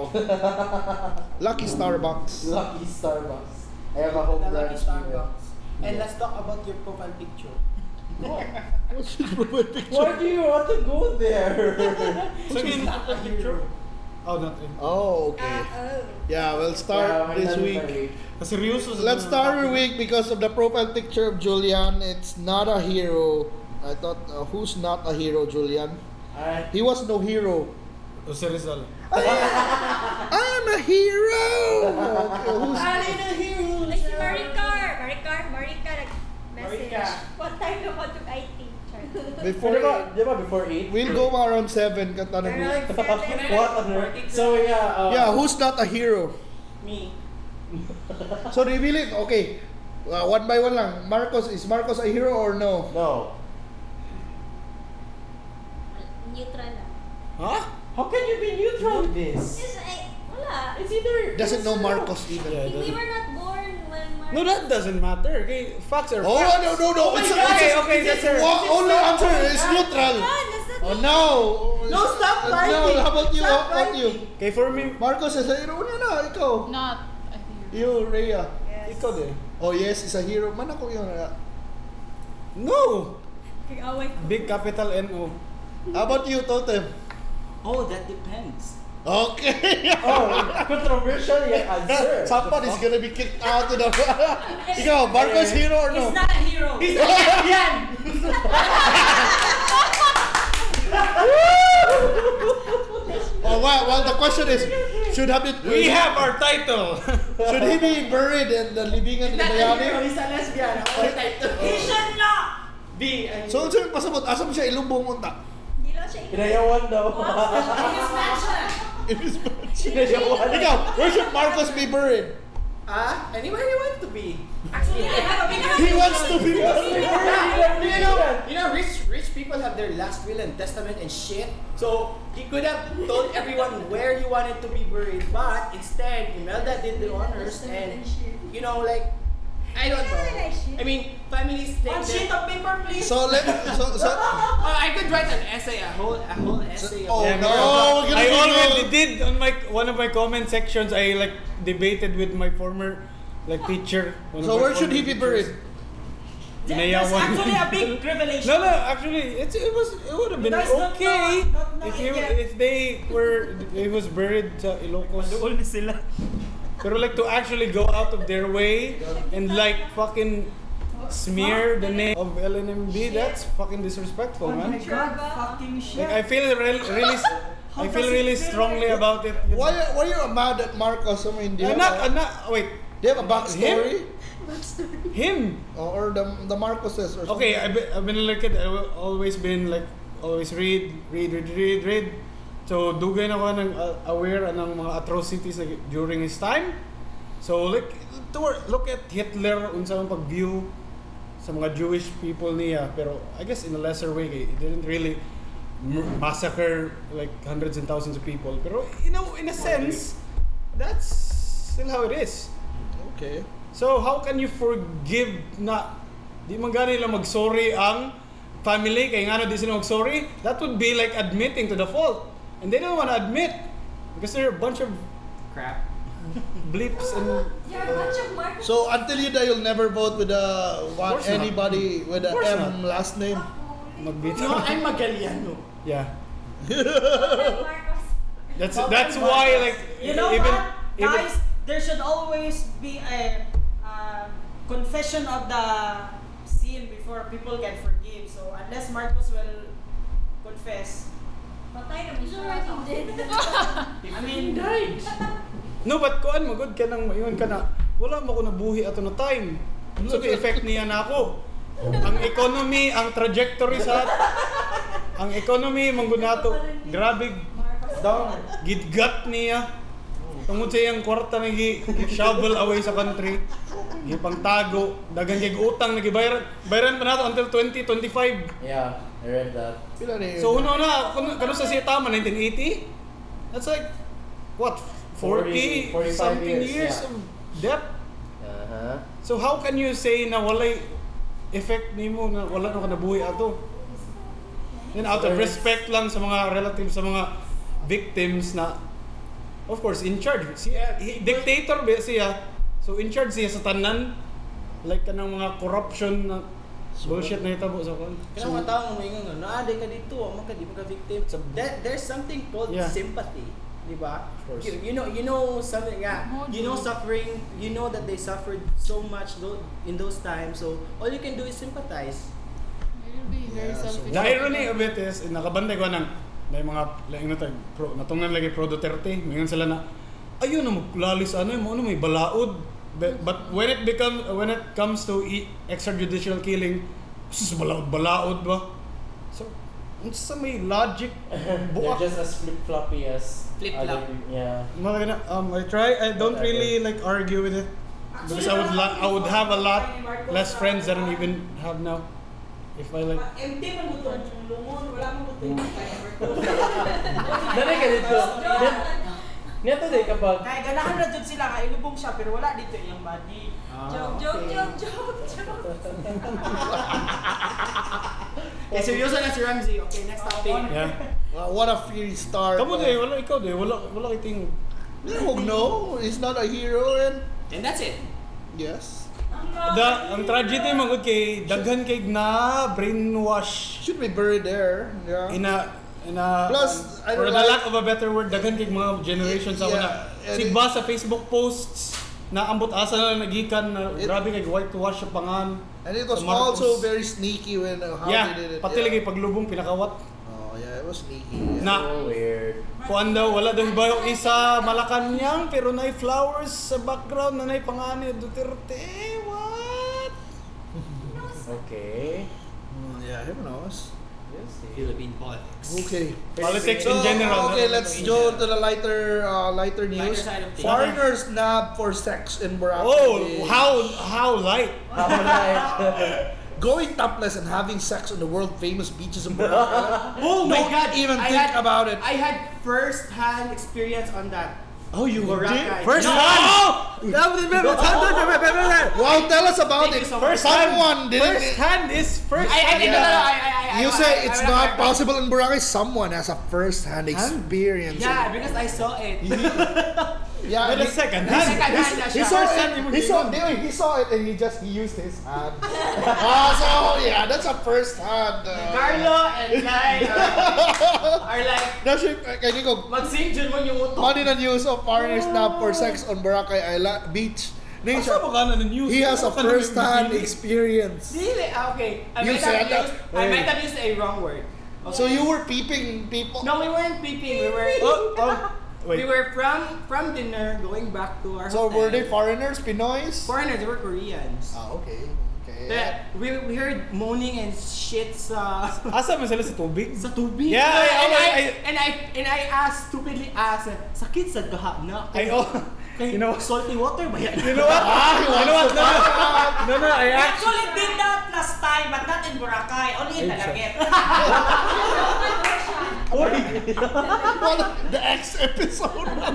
Speaker 1: Lucky
Speaker 2: (laughs)
Speaker 1: Starbucks.
Speaker 2: (laughs)
Speaker 1: Oh,
Speaker 2: Lucky Starbucks. I have a home
Speaker 7: Lucky
Speaker 2: lunch email.
Speaker 7: Starbucks. And let's talk about your profile picture.
Speaker 2: Why do you want to go
Speaker 9: (laughs)
Speaker 2: there?
Speaker 3: Oh, nothing.
Speaker 1: Oh, okay.
Speaker 10: Uh, oh.
Speaker 1: Yeah, we'll start this week.
Speaker 3: Seryoso. sa-
Speaker 1: Let's start our week because of the profile picture of Julian. It's not a hero. I thought, uh, who's not a hero, Julian?
Speaker 2: Alright.
Speaker 1: He was no hero.
Speaker 3: Oh, si Rizal.
Speaker 1: I'm a hero! Okay, who's-
Speaker 4: Like si Maricar. Maricar, Maricar, nag-message.
Speaker 7: Maricar.
Speaker 4: (laughs) What time na po to IT? Char.
Speaker 1: before,
Speaker 2: Di ba, di ba before 8?
Speaker 1: we'll go around 7. Katanag mo.
Speaker 4: Around seven.
Speaker 2: (laughs) What on earth? So yeah, uh,
Speaker 1: Yeah, who's not a hero?
Speaker 7: Me.
Speaker 1: So reveal it. Okay. Uh, one by one lang. Marcos, is Marcos a hero or no?
Speaker 2: No.
Speaker 4: Neutral lang.
Speaker 3: Huh?
Speaker 2: How can you be neutral with this?
Speaker 4: Yes, eh, wala.
Speaker 2: It's either.
Speaker 1: Doesn't
Speaker 2: yes
Speaker 1: know
Speaker 2: or no.
Speaker 1: Marcos even.
Speaker 3: Yeah,
Speaker 4: We
Speaker 3: doesn't-
Speaker 4: were not born when Marcos...
Speaker 3: No, that doesn't matter. Okay, facts are
Speaker 1: Oh,
Speaker 3: facts.
Speaker 1: no, no, no. It's, it's,
Speaker 3: God.
Speaker 1: Oh,
Speaker 3: Okay, okay, that's her.
Speaker 1: Wa- only answer is neutral.
Speaker 4: God, that's
Speaker 1: Oh
Speaker 4: not
Speaker 1: no!
Speaker 7: No, stop
Speaker 1: Uh, No,
Speaker 7: fighting.
Speaker 1: how about you?
Speaker 7: Stop
Speaker 1: How about you?
Speaker 3: Okay, for me,
Speaker 1: Marcos, is a hero na na. Ikaw.
Speaker 9: Not. I think.
Speaker 1: You, Rhea.
Speaker 4: Yes.
Speaker 3: ikaw din.
Speaker 1: Oh yes, is a hero. Man ako yun. ah.
Speaker 3: No!
Speaker 4: Kag-away ko.
Speaker 3: Big capital N-O.
Speaker 1: How about you, Totem?
Speaker 6: Oh, that depends.
Speaker 1: Okay.
Speaker 2: Oh, controversial yet
Speaker 1: (laughs)
Speaker 2: answer.
Speaker 1: Someone is gonna be kicked out of the... (laughs) Ikaw, Marcos hero or no?
Speaker 10: He's not a hero.
Speaker 6: He's a lesbian!
Speaker 1: Oh, well, well, the question is, should have it...
Speaker 3: We have our title!
Speaker 1: Should he be buried in the libingan ni Bayani?
Speaker 6: He's a lesbian. All title.
Speaker 10: He
Speaker 7: (laughs)
Speaker 10: should not.
Speaker 6: B. I mean.
Speaker 1: So, sir, pasabot, asa mo siya ilumbong
Speaker 3: (laughs)
Speaker 1: unta?
Speaker 4: Hindi lang siya
Speaker 2: Inayawan daw.
Speaker 10: He is mentioned.
Speaker 2: Inayawan.
Speaker 1: (laughs) Ikaw, where should Marcos be buried?
Speaker 6: Ah, anywhere you want to be.
Speaker 10: Actually, I have a big
Speaker 1: He wants to be (laughs) buried.
Speaker 6: Yeah,
Speaker 5: You know, you know, rich rich people have their last will and testament and shit.
Speaker 6: So he could have told everyone where he wanted to be buried, but instead Imelda did the honors and you know like I don't know. I mean families
Speaker 10: One
Speaker 6: think
Speaker 10: sheet
Speaker 6: that
Speaker 10: of paper, please.
Speaker 1: So, let... So, so...
Speaker 6: oh, I could write an essay, a whole a whole essay.
Speaker 1: Oh,
Speaker 6: about-
Speaker 1: no. we're gonna
Speaker 3: I
Speaker 1: go to-
Speaker 3: already did on my one of my comment sections. I like debated with my former like teacher. one of
Speaker 1: So,
Speaker 3: my
Speaker 1: where should he
Speaker 3: former
Speaker 1: be
Speaker 3: teachers.
Speaker 1: buried?
Speaker 10: That's
Speaker 3: Inayawan.
Speaker 10: actually a big revelation.
Speaker 3: No, no, actually, it's, it was it would have been
Speaker 10: Guys, not
Speaker 3: okay
Speaker 10: now, not now,
Speaker 3: if you
Speaker 10: yeah.
Speaker 3: if they were it was buried sa Ilocos.
Speaker 6: na sila.
Speaker 3: Pero like to actually go out of their way and like fucking smear the name of LNMB, that's fucking disrespectful, man.
Speaker 4: Oh God, fucking
Speaker 3: Like I feel re- really, s- I feel really strongly about it.
Speaker 1: Why, why you mad at Marcos? I mean, do you
Speaker 3: I'm
Speaker 1: have
Speaker 3: not,
Speaker 1: a-
Speaker 3: I'm not. Wait,
Speaker 1: Do you have a backstory? Oh,
Speaker 3: him.
Speaker 1: Or, or the, the Marcoses or
Speaker 3: Okay,
Speaker 1: something?
Speaker 3: I've been, I've been like it. I've always been like always read, read, read, read, read. So dugay na ako ng uh, aware ng mga atrocities na gi- during his time. So like toward- look at Hitler unsa ang pag-view sa mga Jewish people niya pero I guess in a lesser way kay he didn't really m- massacre like hundreds and thousands of people pero you know in a sense that's still how it is
Speaker 1: Okay.
Speaker 3: So how can you forgive na di man gani lang mag-sorry ang family kay ngano di sila mag-sorry? That would be like admitting to the fault. And they don't want to admit because they're a bunch of
Speaker 6: Crap.
Speaker 3: blips and
Speaker 4: You're a bunch of Marcos.
Speaker 1: So until you die, you'll never vote with a one,
Speaker 3: course not.
Speaker 1: anybody with a
Speaker 3: Of course
Speaker 1: M last name.
Speaker 6: No,
Speaker 3: magbitaw.
Speaker 6: I'm Magaliano.
Speaker 3: yeah.
Speaker 4: Marcos.
Speaker 3: That's that's why like
Speaker 10: You know
Speaker 3: even
Speaker 10: what,
Speaker 3: even
Speaker 10: guys? There should always be a um, confession of the sin before people can forgive. So unless Marcos will confess,
Speaker 4: Patay na mo siya. Oh. (laughs) already dead.
Speaker 10: I mean,
Speaker 3: no but kuan mo good ka nang mayon ka na wala mo ko nabuhi ato na time. So the effect niya na ako. ang economy, ang trajectory sa ang economy manggunato grabe
Speaker 2: Down.
Speaker 3: gidgat niya. Tungod sa iyang kwarta na gi shovel away sa country. Gipangtago, dagang gig utang na gibayaran. Bayaran pa nato until 2025.
Speaker 2: Yeah, I read that.
Speaker 1: Pila na yun?
Speaker 3: So una na kano sa siya tama 1980? That's like what 40
Speaker 2: 40, 45
Speaker 3: something years,
Speaker 2: years, yeah.
Speaker 3: of debt.
Speaker 2: Uh huh.
Speaker 3: So how can you say na walay effect nimo na wala na ka nabuhi ato? Then out of respect lang sa mga relatives sa mga victims na of course in charge si uh, he- dictator ba siya so in charge siya sa tanan like kanang mga corruption na bullshit na itabo sa kon
Speaker 5: Kaya mga tao nga maingon nga, naaday ka dito,
Speaker 6: ah,
Speaker 5: amang ka, di mo ka victim.
Speaker 1: Mm.
Speaker 6: So that there's something called
Speaker 3: Yeah.
Speaker 6: sympathy, di ba?
Speaker 1: course.
Speaker 6: You, you know, you know something. Yeah, you know suffering. You know that they suffered so much tho- in those times. So all you can do is sympathize.
Speaker 9: You'll be very selfish.
Speaker 3: the irony
Speaker 9: (laughs)
Speaker 3: of it is eh, nakabantay ko ng may mga laing na tag pro natungnan lagi pro Duterte mingon sila na ayun na maglalis ano mo ano may balaod Be- but when it become when it comes to i- extrajudicial killing sus balaod balaod ba so unsa may logic
Speaker 2: They're
Speaker 3: buak
Speaker 2: just as flip floppy as
Speaker 6: Flip
Speaker 2: other
Speaker 6: flop.
Speaker 2: people. Yeah.
Speaker 3: Mga gana- um I try I don't really like argue with it because I would la- I would have a lot less friends that I don't even have now If I like,
Speaker 10: Empty man mo to. Yung lungon, wala mo mo to yung kaya Marcos. (laughs)
Speaker 2: Dali ka dito. Net- Neto day kapag
Speaker 10: Kaya ganahan na dyan sila, kaya lubong siya, pero wala dito yung body.
Speaker 3: Ah.
Speaker 4: Joke, joke, joke, joke, joke.
Speaker 6: Okay, seryoso na si Ramsey. Okay, next topic.
Speaker 1: (laughs)
Speaker 3: yeah.
Speaker 1: Well, Uh, what a fiery star.
Speaker 3: Kamu day, wala ikaw day, wala wala kiting
Speaker 1: Huwag no, he's not a hero and
Speaker 6: And that's it.
Speaker 1: yes.
Speaker 3: Da, ang tragedy mo gud kay daghan kay na brainwash
Speaker 1: Should be buried there. Yeah.
Speaker 3: in a in a
Speaker 1: Plus, I
Speaker 3: for
Speaker 1: don't
Speaker 3: the
Speaker 1: like-
Speaker 3: lack of a better word daghan kay mga generations sa
Speaker 1: Yeah,
Speaker 3: una.
Speaker 1: and
Speaker 3: Sigba sa Facebook posts na ambot asa na nagikan na
Speaker 1: It-
Speaker 3: grabe kay whitewash sa pangan.
Speaker 1: and it was
Speaker 3: Sa Marcos.
Speaker 1: also very sneaky when uh, how they did it.
Speaker 3: Yeah, pati lagi paglubong pinakawat
Speaker 1: Oh yeah, it was sneaky. Yeah.
Speaker 3: na
Speaker 2: so weird.
Speaker 3: Kuan daw, wala daw bayo isa Malacanang pero nay flowers sa background na nay pangani Duterte. Eh, What?
Speaker 2: Okay. eh.
Speaker 1: Mm, yeah, who knows?
Speaker 6: Philippine politics.
Speaker 1: Okay.
Speaker 3: Politics
Speaker 1: So,
Speaker 3: in general.
Speaker 1: okay, let's go to the lighter, uh, lighter
Speaker 6: Lighter
Speaker 1: news.
Speaker 6: side of things.
Speaker 1: Foreigners nabbed for sex in Boracay.
Speaker 3: Oh, how how light.
Speaker 2: Ako na eh.
Speaker 1: Going topless and having sex on the world famous beaches
Speaker 3: (laughs)
Speaker 1: in Boracay.
Speaker 6: Oh my
Speaker 1: Don't
Speaker 6: God!
Speaker 1: even
Speaker 6: I
Speaker 1: think
Speaker 6: had,
Speaker 1: about it.
Speaker 6: I had first-hand experience on that.
Speaker 3: Oh, you
Speaker 6: Boracay.
Speaker 3: First
Speaker 6: No!
Speaker 3: hand.
Speaker 1: wow, tell us about
Speaker 6: Thank
Speaker 1: it.
Speaker 6: you so much.
Speaker 3: First hand.
Speaker 1: Someone did
Speaker 3: first
Speaker 1: it.
Speaker 3: hand is
Speaker 6: I,
Speaker 3: first.
Speaker 6: I, I, no, no, no, I, I, I,
Speaker 1: You
Speaker 6: I- I-
Speaker 1: say it's
Speaker 6: I'm
Speaker 1: not
Speaker 6: part-
Speaker 1: possible in Boracay. Someone has a first-hand experience.
Speaker 6: Yeah, because I saw it.
Speaker 1: yeah.
Speaker 3: But
Speaker 1: he-
Speaker 3: the second
Speaker 6: Yes,
Speaker 3: hand.
Speaker 6: second hand na
Speaker 1: He
Speaker 6: siya.
Speaker 1: saw
Speaker 6: First hand,
Speaker 1: it. He saw, it. he saw it and he just he used his hand. (laughs) Ah, so yeah, that's a first hand. Uh,
Speaker 6: Carlo and Lai
Speaker 1: (laughs)
Speaker 6: are, are like,
Speaker 1: That's it. Uh, Can you go
Speaker 6: mag-sing dyan mo yung utok.
Speaker 1: Money na news of foreigners na for sex on Boracay Island Beach. Nation.
Speaker 3: Ah. Asa mo ka na ng news?
Speaker 1: He has a
Speaker 3: Ano ka na
Speaker 1: first hand
Speaker 3: nagbibigay?
Speaker 1: experience.
Speaker 6: Dili, ah, okay. I
Speaker 1: You
Speaker 6: might
Speaker 1: said
Speaker 6: have
Speaker 1: that.
Speaker 6: used, I
Speaker 1: Wait.
Speaker 6: might have used a wrong word. Okay.
Speaker 1: So you were peeping people.
Speaker 6: No, we weren't peeping. We were,
Speaker 3: Oh, oh.
Speaker 6: we
Speaker 3: Wait.
Speaker 6: were from from dinner going back to our
Speaker 1: So
Speaker 6: hotel.
Speaker 1: were they foreigners, Pinoys?
Speaker 6: Foreigners, they were Koreans.
Speaker 1: Ah, okay. Okay. (laughs)
Speaker 6: That we, we heard moaning and shit sa
Speaker 3: Asa man sila sa tubig?
Speaker 6: sa tubig.
Speaker 3: Yeah, I-
Speaker 6: and, I,
Speaker 3: I-
Speaker 6: and I and I asked stupidly asked, sakit sa gahapna.
Speaker 3: I oh. (laughs) You know what?
Speaker 6: salty water ba yan?
Speaker 3: (laughs) You know what?
Speaker 1: Ah,
Speaker 3: You know what? No, no, no, no,
Speaker 10: We
Speaker 3: I actually.
Speaker 10: actually did that last time, but not in Boracay, only in
Speaker 3: Ay,
Speaker 10: Nalagit. (laughs)
Speaker 1: One of the X episode.
Speaker 3: I,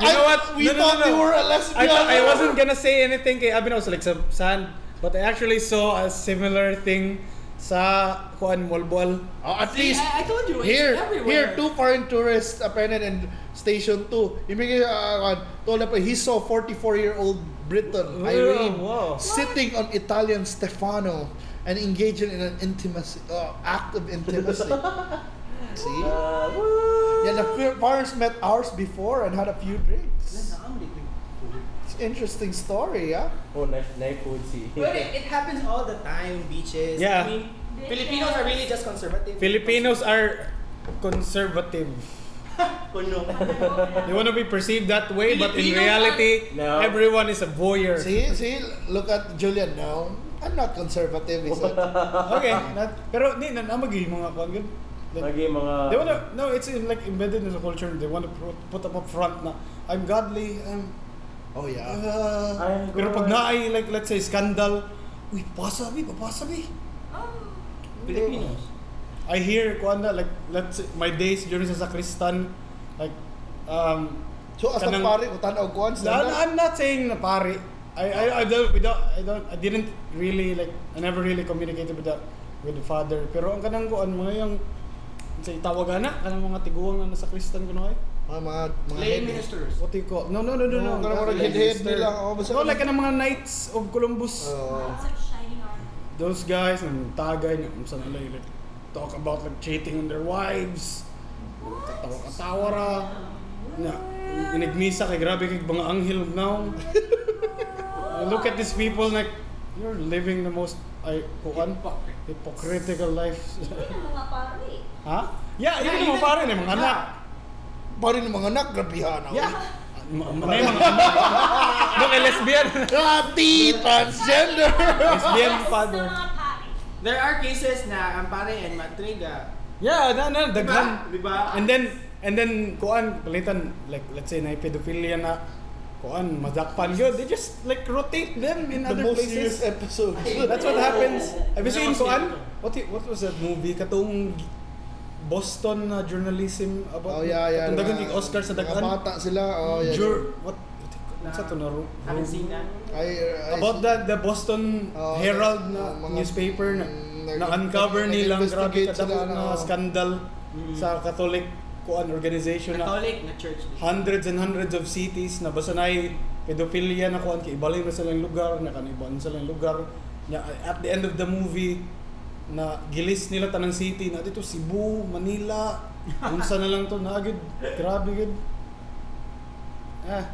Speaker 3: you
Speaker 1: I-
Speaker 3: know what?
Speaker 1: we thought you were a lesbian.
Speaker 3: I, thought- I wasn't gonna say anything kay Abin. I was like, sa saan? But I actually saw a similar thing sa Kuan Molbol.
Speaker 1: Oh, at
Speaker 6: See,
Speaker 1: least
Speaker 6: I, I told you, it's
Speaker 1: here,
Speaker 6: everywhere.
Speaker 1: here two foreign tourists apprehended in station two. Imigay, uh, told up, he saw 44-year-old Briton
Speaker 3: Wow,
Speaker 1: Irene
Speaker 3: wow.
Speaker 1: sitting on Italian Stefano and engaging in an intimacy, uh, act of
Speaker 6: (laughs)
Speaker 1: intimacy. See?
Speaker 6: Uh,
Speaker 1: yeah, the fir- foreigners met hours before and had a few drinks. It's interesting story, yeah.
Speaker 2: (laughs) Oh, na na food si.
Speaker 6: But it, it happens all the time, beaches.
Speaker 3: Yeah.
Speaker 6: I mean, Filipinos are really just conservative.
Speaker 3: Filipinos are conservative.
Speaker 6: (laughs) Kuno.
Speaker 3: They want to be perceived that way, but in
Speaker 6: Filipinos
Speaker 3: reality,
Speaker 2: No.
Speaker 3: everyone is a voyeur.
Speaker 1: See, see, look at Julian now. I'm not conservative, is
Speaker 6: (laughs)
Speaker 1: it?
Speaker 3: Okay, not, pero ni na namagi mga kuan good.
Speaker 2: Lagi mga
Speaker 3: They wanna no, it's in, like embedded in the culture. They wanna put, put up a front na I'm godly. I'm
Speaker 1: Oh yeah.
Speaker 3: Ah,
Speaker 2: Ay,
Speaker 3: pero pag
Speaker 2: God.
Speaker 3: naay, like, let's say, scandal, uy, pasa mi, papasa mi.
Speaker 4: Oh,
Speaker 6: Filipinos.
Speaker 3: I hear, kuan na, like, let's say, my days during sa sakristan, like, um,
Speaker 1: So as
Speaker 3: Kanang-
Speaker 1: kanang, pare ko tanaw ko ang
Speaker 3: na, na- I'm not saying na pare. I, I, I don't, we don't, I don't, I didn't really, like, I never really communicated with the, with the father. Pero ang kanang kuan, mga yung, say, tawagan na, kanang mga tiguang na nasa kristan ko na
Speaker 1: mga
Speaker 3: kay.
Speaker 1: mga mga
Speaker 6: Lay
Speaker 1: head-
Speaker 6: ministers.
Speaker 3: What do you call? No, no, no, no, no.
Speaker 1: No, kanang mga
Speaker 3: Like,
Speaker 1: head-head
Speaker 3: sister.
Speaker 1: nila. Oh, basta-
Speaker 3: No, like, kanang mga Knights of Columbus.
Speaker 1: Oo.
Speaker 4: shining armor.
Speaker 3: those guys and tagay na umsa nila yung like, talk about like cheating on their wives katawa katawa ra na inigmisa kay grabe kay mga anghel now I (laughs) look at these people like you're living the most ay kuan hypocritical life
Speaker 4: Yun ang mga paro eh.
Speaker 3: ha yeah yun yung mga pare na mga anak
Speaker 1: Pare ng mga anak, grabihan ako.
Speaker 3: yeah Ma- ma- may mga anak no kay lesbian
Speaker 1: Rati! Transgender!
Speaker 3: lesbian
Speaker 4: Sa
Speaker 3: father
Speaker 4: mga pare.
Speaker 6: There are cases na Ampare and Matriga.
Speaker 3: yeah na na daghan
Speaker 6: Diba? Diba?
Speaker 3: And then and then kuan palitan like let's say na pedophilia na Kuan, madakpan yun. They just like rotate them in
Speaker 1: The
Speaker 3: other
Speaker 1: most serious
Speaker 3: places.
Speaker 1: episode.
Speaker 3: That's what happens. Have you seen
Speaker 6: Ano
Speaker 3: Kuan?
Speaker 6: kasi ito?
Speaker 3: What i- what was that movie? Katong Boston uh, journalism
Speaker 1: Oh
Speaker 3: about
Speaker 1: yeah, yeah.
Speaker 3: katong dagan
Speaker 1: mga-
Speaker 3: kay Oscar sa
Speaker 1: mga
Speaker 3: dagan.
Speaker 1: bata sila. Oh yeah.
Speaker 3: Jur what what's that na ro-
Speaker 6: Haven't seen that.
Speaker 1: I, I
Speaker 3: about that the Boston
Speaker 1: Oh,
Speaker 3: Herald na
Speaker 1: oh, mga-
Speaker 3: newspaper na
Speaker 1: mm,
Speaker 3: na uncover nilang grabe
Speaker 1: nag-investigate
Speaker 3: kadako
Speaker 1: sila na,
Speaker 3: na
Speaker 1: oh.
Speaker 3: scandal sa Catholic kuan organization na
Speaker 6: Catholic na church.
Speaker 3: hundreds and hundreds of cities na basanay pedophilia na kuan kay ibalay na silang lugar na kaniban silang lugar nya at the end of the movie na gilis nila tanang city na dito Cebu, Manila, unsa na lang to na gid grabe gid. Ah,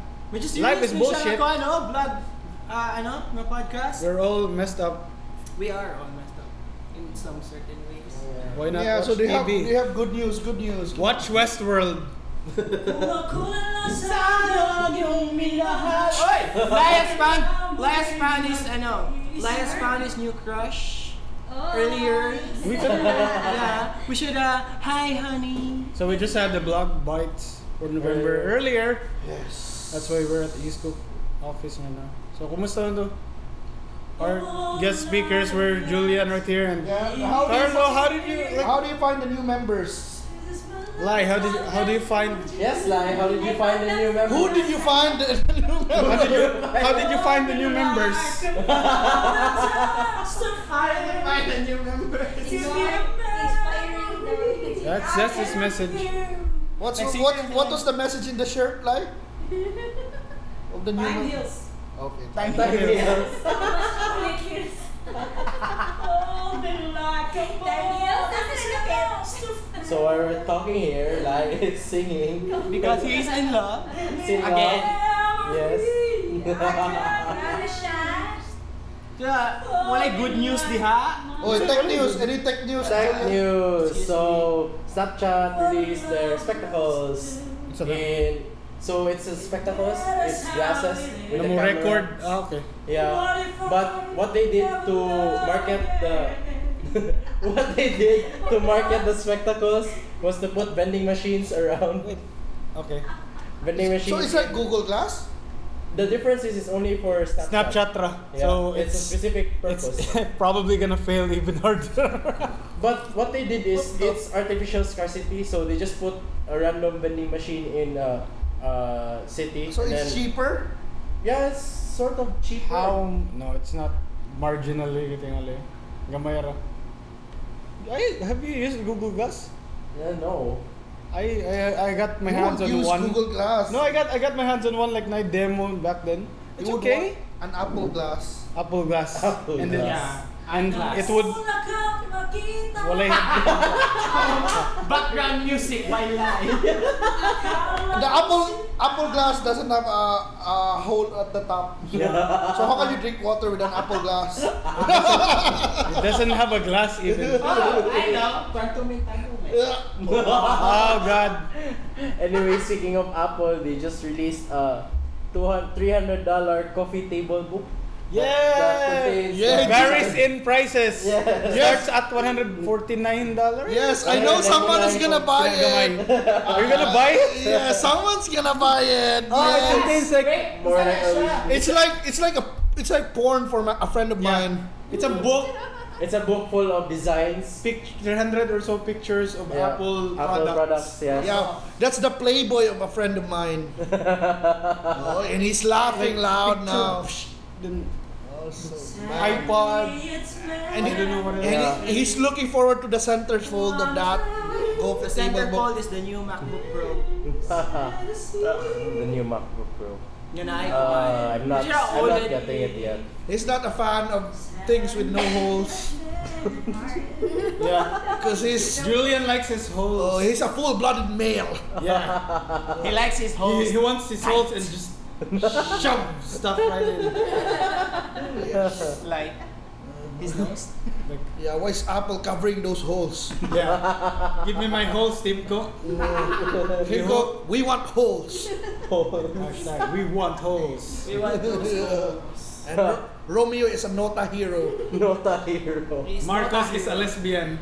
Speaker 3: Life
Speaker 6: Medyo
Speaker 3: is
Speaker 6: serious din
Speaker 3: bullshit.
Speaker 6: siya ako, ano, vlog, ah, ano, na podcast.
Speaker 3: we're all messed up.
Speaker 6: We are all messed up in some certain ways.
Speaker 3: Why not
Speaker 1: Yeah,
Speaker 3: watch
Speaker 1: so they
Speaker 3: TV?
Speaker 1: have they have good news, good news.
Speaker 3: Watch Westworld.
Speaker 10: Kumakulan na sa
Speaker 6: Sayang yung minahal. Oy! Last found, last found is, ano, last found is new crush.
Speaker 4: Oh,
Speaker 6: Earlier.
Speaker 3: We could,
Speaker 6: (laughs) yeah. We should, uh, hi honey.
Speaker 3: so we just had the blog bites for November earlier. Yes. That's why we're at the East Coast office right now. So kumusta na to? Our guest speakers were Julian right here and
Speaker 1: Yeah, how do you,
Speaker 3: Carlo. How did you like,
Speaker 1: how do you find the new members?
Speaker 3: Lai? How did you, how do you find
Speaker 2: Yes, Lai, how did you find the new member? (laughs)
Speaker 1: Who did you find the (laughs) the new
Speaker 3: how
Speaker 1: members?
Speaker 3: did you how did you find the new members?
Speaker 6: Find a new member.
Speaker 3: That's that's his message.
Speaker 1: What's what what was the message in the shirt like? Of the new
Speaker 10: Pine
Speaker 1: mem- (laughs)
Speaker 10: Hills.
Speaker 1: Okay.
Speaker 2: Time to heal.
Speaker 10: Oh, Bella, come on.
Speaker 2: So while we're talking here, Lai is singing.
Speaker 6: Because he is in love.
Speaker 2: Sing
Speaker 6: Again.
Speaker 1: (laughs)
Speaker 2: Yes.
Speaker 6: Yeah, walay good news diha.
Speaker 1: Oh, tech news. Any tech news?
Speaker 2: Tech news. So Snapchat released their spectacles.
Speaker 3: So the-
Speaker 2: in so it's a spectacles. It's glasses with
Speaker 3: Na
Speaker 2: a
Speaker 3: mo
Speaker 2: camera.
Speaker 3: record. Ah, okay.
Speaker 2: Yeah. (laughs) But what they did to market the what they did to market the spectacles was to put vending machines around.
Speaker 3: Okay.
Speaker 2: Vending
Speaker 1: So
Speaker 2: machines.
Speaker 1: it's like Google Glass.
Speaker 2: the difference is it's only for Snapchat.
Speaker 3: Snapchat ra.
Speaker 2: Yeah,
Speaker 3: So
Speaker 2: it's, a
Speaker 3: it's
Speaker 2: specific purpose.
Speaker 3: it's (laughs) probably gonna fail even harder.
Speaker 2: But what they did is it's artificial scarcity, so they just put a random vending machine in a uh, uh, city.
Speaker 1: So
Speaker 2: and
Speaker 1: it's
Speaker 2: then-
Speaker 1: cheaper.
Speaker 2: Yeah, it's sort of cheap.
Speaker 3: How? Um, No, it's not marginally kitingali. Gamay ra. Ay, have you used Google Glass?
Speaker 2: Yeah, no.
Speaker 3: I I, I got my
Speaker 1: You
Speaker 3: hands
Speaker 1: won't
Speaker 3: on
Speaker 1: use
Speaker 3: one.
Speaker 1: Google Glass.
Speaker 3: No, I got I got my hands on one like night demo back then. It's
Speaker 1: You would
Speaker 3: okay.
Speaker 1: want An Apple Glass.
Speaker 3: Apple Glass.
Speaker 2: Apple
Speaker 3: and
Speaker 2: Glass.
Speaker 3: it's- and
Speaker 6: Glass.
Speaker 3: it would walay
Speaker 6: Background music by (laughs) Lai.
Speaker 1: The Apple Apple Glass doesn't have a, a hole at the top. So, so how can you drink water with an Apple
Speaker 3: (laughs)
Speaker 1: Glass?
Speaker 3: it doesn't have a glass even.
Speaker 6: Oh, I know. Tantumin,
Speaker 3: eh.
Speaker 6: tantumin.
Speaker 3: oh god.
Speaker 2: Anyway, speaking of Apple, they just released a $200, $300 coffee table book.
Speaker 3: Yeah.
Speaker 2: contains,
Speaker 1: Yeah.
Speaker 2: uh,
Speaker 3: Varies in prices.
Speaker 2: Yes.
Speaker 3: Starts at $149.
Speaker 1: yes, I know someone is gonna buy it.
Speaker 3: Are you gonna buy it?
Speaker 1: (laughs) Yeah, someone's gonna buy it.
Speaker 3: Oh,
Speaker 1: Yes.
Speaker 3: it contains like
Speaker 2: More like a-
Speaker 1: It's like it's like a it's like porn for my, a friend of mine.
Speaker 3: it's a book,
Speaker 2: It's a book full of designs.
Speaker 3: pic- 300 or so pictures of
Speaker 2: Yeah,
Speaker 3: Apple,
Speaker 2: Apple products. yes.
Speaker 1: Yeah, that's the Playboy of a friend of mine. oh, and he's laughing loud now.
Speaker 3: Then
Speaker 1: Oh, so bad.
Speaker 3: iPod.
Speaker 1: And,
Speaker 3: I don't know what it
Speaker 1: and
Speaker 2: Yeah.
Speaker 1: he- he's looking forward to the centerfold of that. Go
Speaker 6: The
Speaker 1: for
Speaker 6: center
Speaker 1: table book.
Speaker 6: fold is the new MacBook Pro.
Speaker 2: (laughs) the new MacBook Pro.
Speaker 6: Yun na,
Speaker 2: Uh, I'm not.
Speaker 6: You're
Speaker 2: I'm
Speaker 6: old
Speaker 2: not
Speaker 6: and-
Speaker 2: getting it yet. (laughs)
Speaker 1: He's not a fan of things with no holes
Speaker 3: Yeah.
Speaker 1: because he's
Speaker 3: Julian likes his holes.
Speaker 1: (laughs) oh, he's a full-blooded male.
Speaker 3: yeah.
Speaker 6: He likes his holes. (laughs)
Speaker 3: He, he wants his holes and just shove stuff right in.
Speaker 6: like his nose.
Speaker 1: Yeah, why is Apple covering those
Speaker 6: (laughs)
Speaker 1: holes?
Speaker 3: Yeah. Give me my holes, Timko.
Speaker 1: Here go, we want holes.
Speaker 3: Hashtag, we want holes.
Speaker 6: We want those holes.
Speaker 1: (laughs) And Ro- Romeo is a nota hero.
Speaker 2: Not a hero.
Speaker 6: He's not
Speaker 3: Marcos is a lesbian.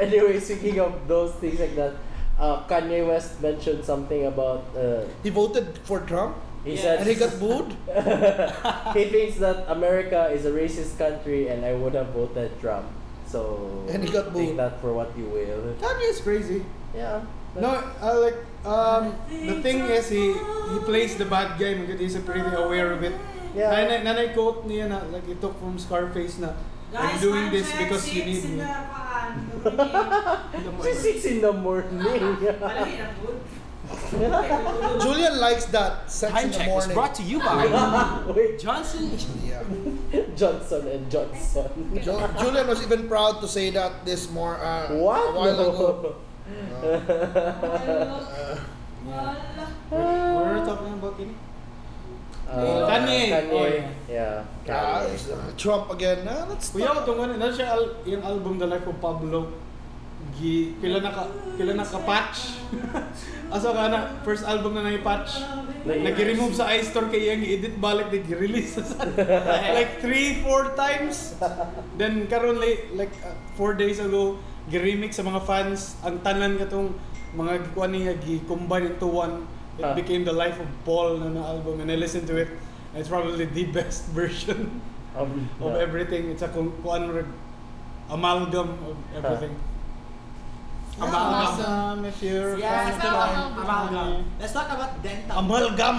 Speaker 2: anyway, speaking of those things like that, uh, Kanye West mentioned something about uh,
Speaker 1: He voted for Trump
Speaker 2: he
Speaker 1: and he
Speaker 2: said
Speaker 1: got booed.
Speaker 2: he thinks that America is a racist country and I would have voted Trump. So
Speaker 1: And he got
Speaker 2: take
Speaker 1: booed.
Speaker 2: that for what you will.
Speaker 3: Kanye is crazy.
Speaker 2: Yeah.
Speaker 3: No, uh, like um, the thing is he he plays the bad game because he's pretty aware of it.
Speaker 2: Yeah.
Speaker 3: Nanay, nanay quote niya na like he took from Scarface na I'm
Speaker 10: Guys,
Speaker 3: doing
Speaker 10: time
Speaker 3: this
Speaker 10: check,
Speaker 3: because
Speaker 10: six
Speaker 3: you need
Speaker 10: in
Speaker 3: me.
Speaker 10: the paan.
Speaker 3: (laughs)
Speaker 10: Gabi.
Speaker 2: It's six in the morning. (laughs)
Speaker 10: Malaki na good.
Speaker 1: Julian likes that sex in
Speaker 6: Time
Speaker 1: the
Speaker 6: check was
Speaker 1: morning.
Speaker 6: brought to you by
Speaker 3: (laughs)
Speaker 2: Wait,
Speaker 6: Johnson.
Speaker 1: yeah.
Speaker 2: Johnson and Johnson.
Speaker 1: Ju- Julian was even proud to say that this more uh,
Speaker 2: What?
Speaker 1: a while ago.
Speaker 2: No.
Speaker 1: Uh, uh,
Speaker 10: Wala.
Speaker 3: What are we talking about ini?
Speaker 2: Uh,
Speaker 3: Kanye. Oh, yeah.
Speaker 2: Yeah.
Speaker 1: ah,
Speaker 2: Kanye.
Speaker 1: Trump again. Ah, that's
Speaker 3: Kuya, tungan na siya al yung album dala ko Pablo. Gi pila na ka pila na ka (laughs) patch. Asa ka na Ah, first album na nang patch. Nag-remove sa iStore kay yang edit balik na gi-release (laughs) sa
Speaker 6: (laughs)
Speaker 3: like 3 4 times. Then karon li- like 4 days ago gi-remix sa mga fans ang tanan katong mga gikuan niya gi-combine into one. It
Speaker 2: Ah.
Speaker 3: became the life of Paul na, na album and I listened to it. It's probably the best (laughs) version
Speaker 2: Um,
Speaker 3: of
Speaker 2: no.
Speaker 3: everything. It's a kung kuan rin, amalgam of everything. Amalgam, if you're
Speaker 9: Yeah,
Speaker 3: from Japan.
Speaker 9: amalgam. Amalgam.
Speaker 6: Let's talk about dental.
Speaker 3: Amalgam.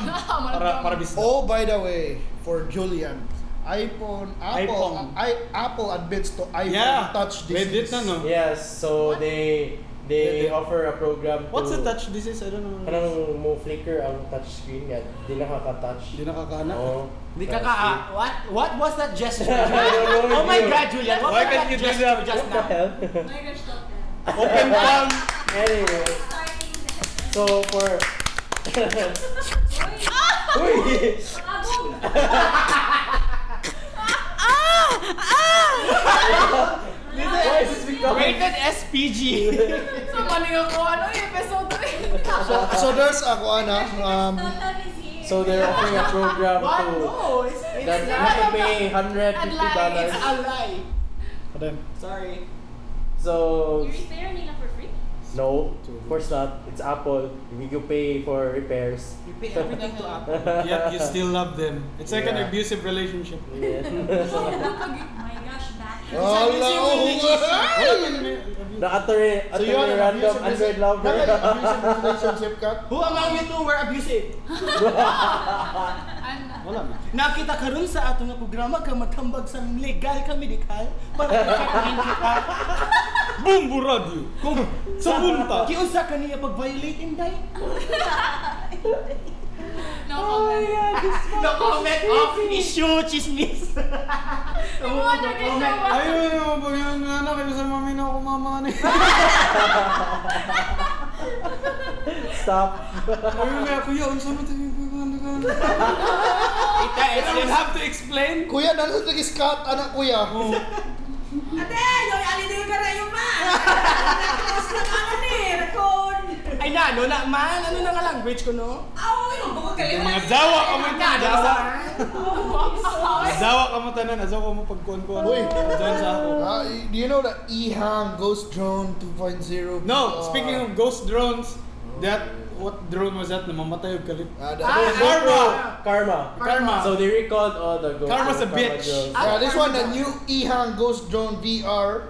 Speaker 3: para para business.
Speaker 1: Oh, by the way, for Julian, iPhone, Apple,
Speaker 3: iPhone.
Speaker 1: I, Apple admits to iPhone
Speaker 3: yeah.
Speaker 1: touch disease.
Speaker 3: Legit na no.
Speaker 2: Yes, so they they
Speaker 1: Pwede.
Speaker 2: offer a program
Speaker 3: What's
Speaker 2: to,
Speaker 3: a touch disease? I don't know.
Speaker 2: Anong mo flicker ang touchscreen nga? Di nakaka-touch. Oh.
Speaker 3: Hindi nakakana.
Speaker 2: Oo.
Speaker 6: (laughs) Di ka ah. ka- what? What was that
Speaker 2: (laughs)
Speaker 6: gesture? oh my God, Julian! What
Speaker 3: Why
Speaker 6: was
Speaker 3: can't
Speaker 6: that
Speaker 3: you do
Speaker 6: gesture
Speaker 3: that?
Speaker 6: just
Speaker 2: What the (laughs)
Speaker 6: now?
Speaker 2: hell?
Speaker 4: My gosh, doctor.
Speaker 3: (laughs) Open palm.
Speaker 2: anyway,
Speaker 4: Starting (laughs)
Speaker 2: so for... (laughs)
Speaker 4: Uy! Ah!
Speaker 2: Uy!
Speaker 4: Abog!
Speaker 2: Why is this becoming...
Speaker 6: Rated SPG.
Speaker 9: So, mali ako, ano, episode 3.
Speaker 1: So, (laughs) so there's ako ano,
Speaker 4: (laughs)
Speaker 1: um,
Speaker 4: Doctor is here.
Speaker 2: So they're offering a program
Speaker 6: What?
Speaker 2: to...
Speaker 6: No, it's, it's
Speaker 2: That you have to pay
Speaker 9: Adlai,
Speaker 6: a
Speaker 9: it's
Speaker 2: $150.
Speaker 6: lie.
Speaker 3: Adam.
Speaker 6: Sorry.
Speaker 2: So...
Speaker 4: You repair nila for free?
Speaker 2: No, of course not. It's Apple. We go pay for repairs.
Speaker 6: You pay everything to Apple.
Speaker 3: Yet you still love them. It's like an
Speaker 2: Yeah.
Speaker 3: abusive relationship.
Speaker 2: (laughs) Yeah.
Speaker 4: My gosh, back.
Speaker 1: wala, (laughs)
Speaker 3: Wala
Speaker 1: oh,
Speaker 3: man may-
Speaker 2: Naka-attorney,
Speaker 1: So you're an
Speaker 2: attorney random,
Speaker 1: abusive relationship.
Speaker 2: Android lover.
Speaker 1: You're an abusive relationship ka?
Speaker 6: Who among you two were (laughs) abusive?
Speaker 3: Wala man.
Speaker 6: Nakita ka ron sa ato nga programa ka magkambag sa legal ka medical para pagkain kita.
Speaker 3: Bumbo Radio. Kung sa punta.
Speaker 6: Kiusa ka niya pag-violate and die.
Speaker 9: No comment.
Speaker 6: No comment of issue chismis.
Speaker 9: Yung mga nag-show ba?
Speaker 3: Ayun yung pag yun na kayo sa mami na ako mamani.
Speaker 2: (laughs) Stop.
Speaker 3: Ayun nga kuya, unsa man tayo kuya.
Speaker 6: Kita
Speaker 3: I don't have to explain.
Speaker 1: Kuya, nasa sa Scott, anak
Speaker 3: (laughs)
Speaker 1: kuya.
Speaker 10: Ate, yung alidin ka na yung man! Nakakos na eh, ka na ni, record!
Speaker 6: Ay na, ano na man? Ano na nga language ko no?
Speaker 10: Aoy, ang bukod kayo
Speaker 3: Mga dawa ka man
Speaker 6: Na, diba?
Speaker 3: dawa.
Speaker 9: Ay,
Speaker 3: Dawa ka man tanan, asaw ko mo pagkuan-kuan.
Speaker 1: Uy.
Speaker 3: Diyan sa ako.
Speaker 1: Ah, do you know that EHang Ghost Drone 2.0?
Speaker 3: No,
Speaker 1: Ah,
Speaker 3: speaking of ghost drones, that what drone was that? Namamatay og kalit.
Speaker 1: ah, that-
Speaker 3: Ah, Karma.
Speaker 2: Karma.
Speaker 3: Karma.
Speaker 2: So they recalled all the ghosts.
Speaker 3: Karma's a
Speaker 2: and
Speaker 3: bitch.
Speaker 2: girls.
Speaker 1: Yeah, this one, the new Ehang Ghost Drone VR.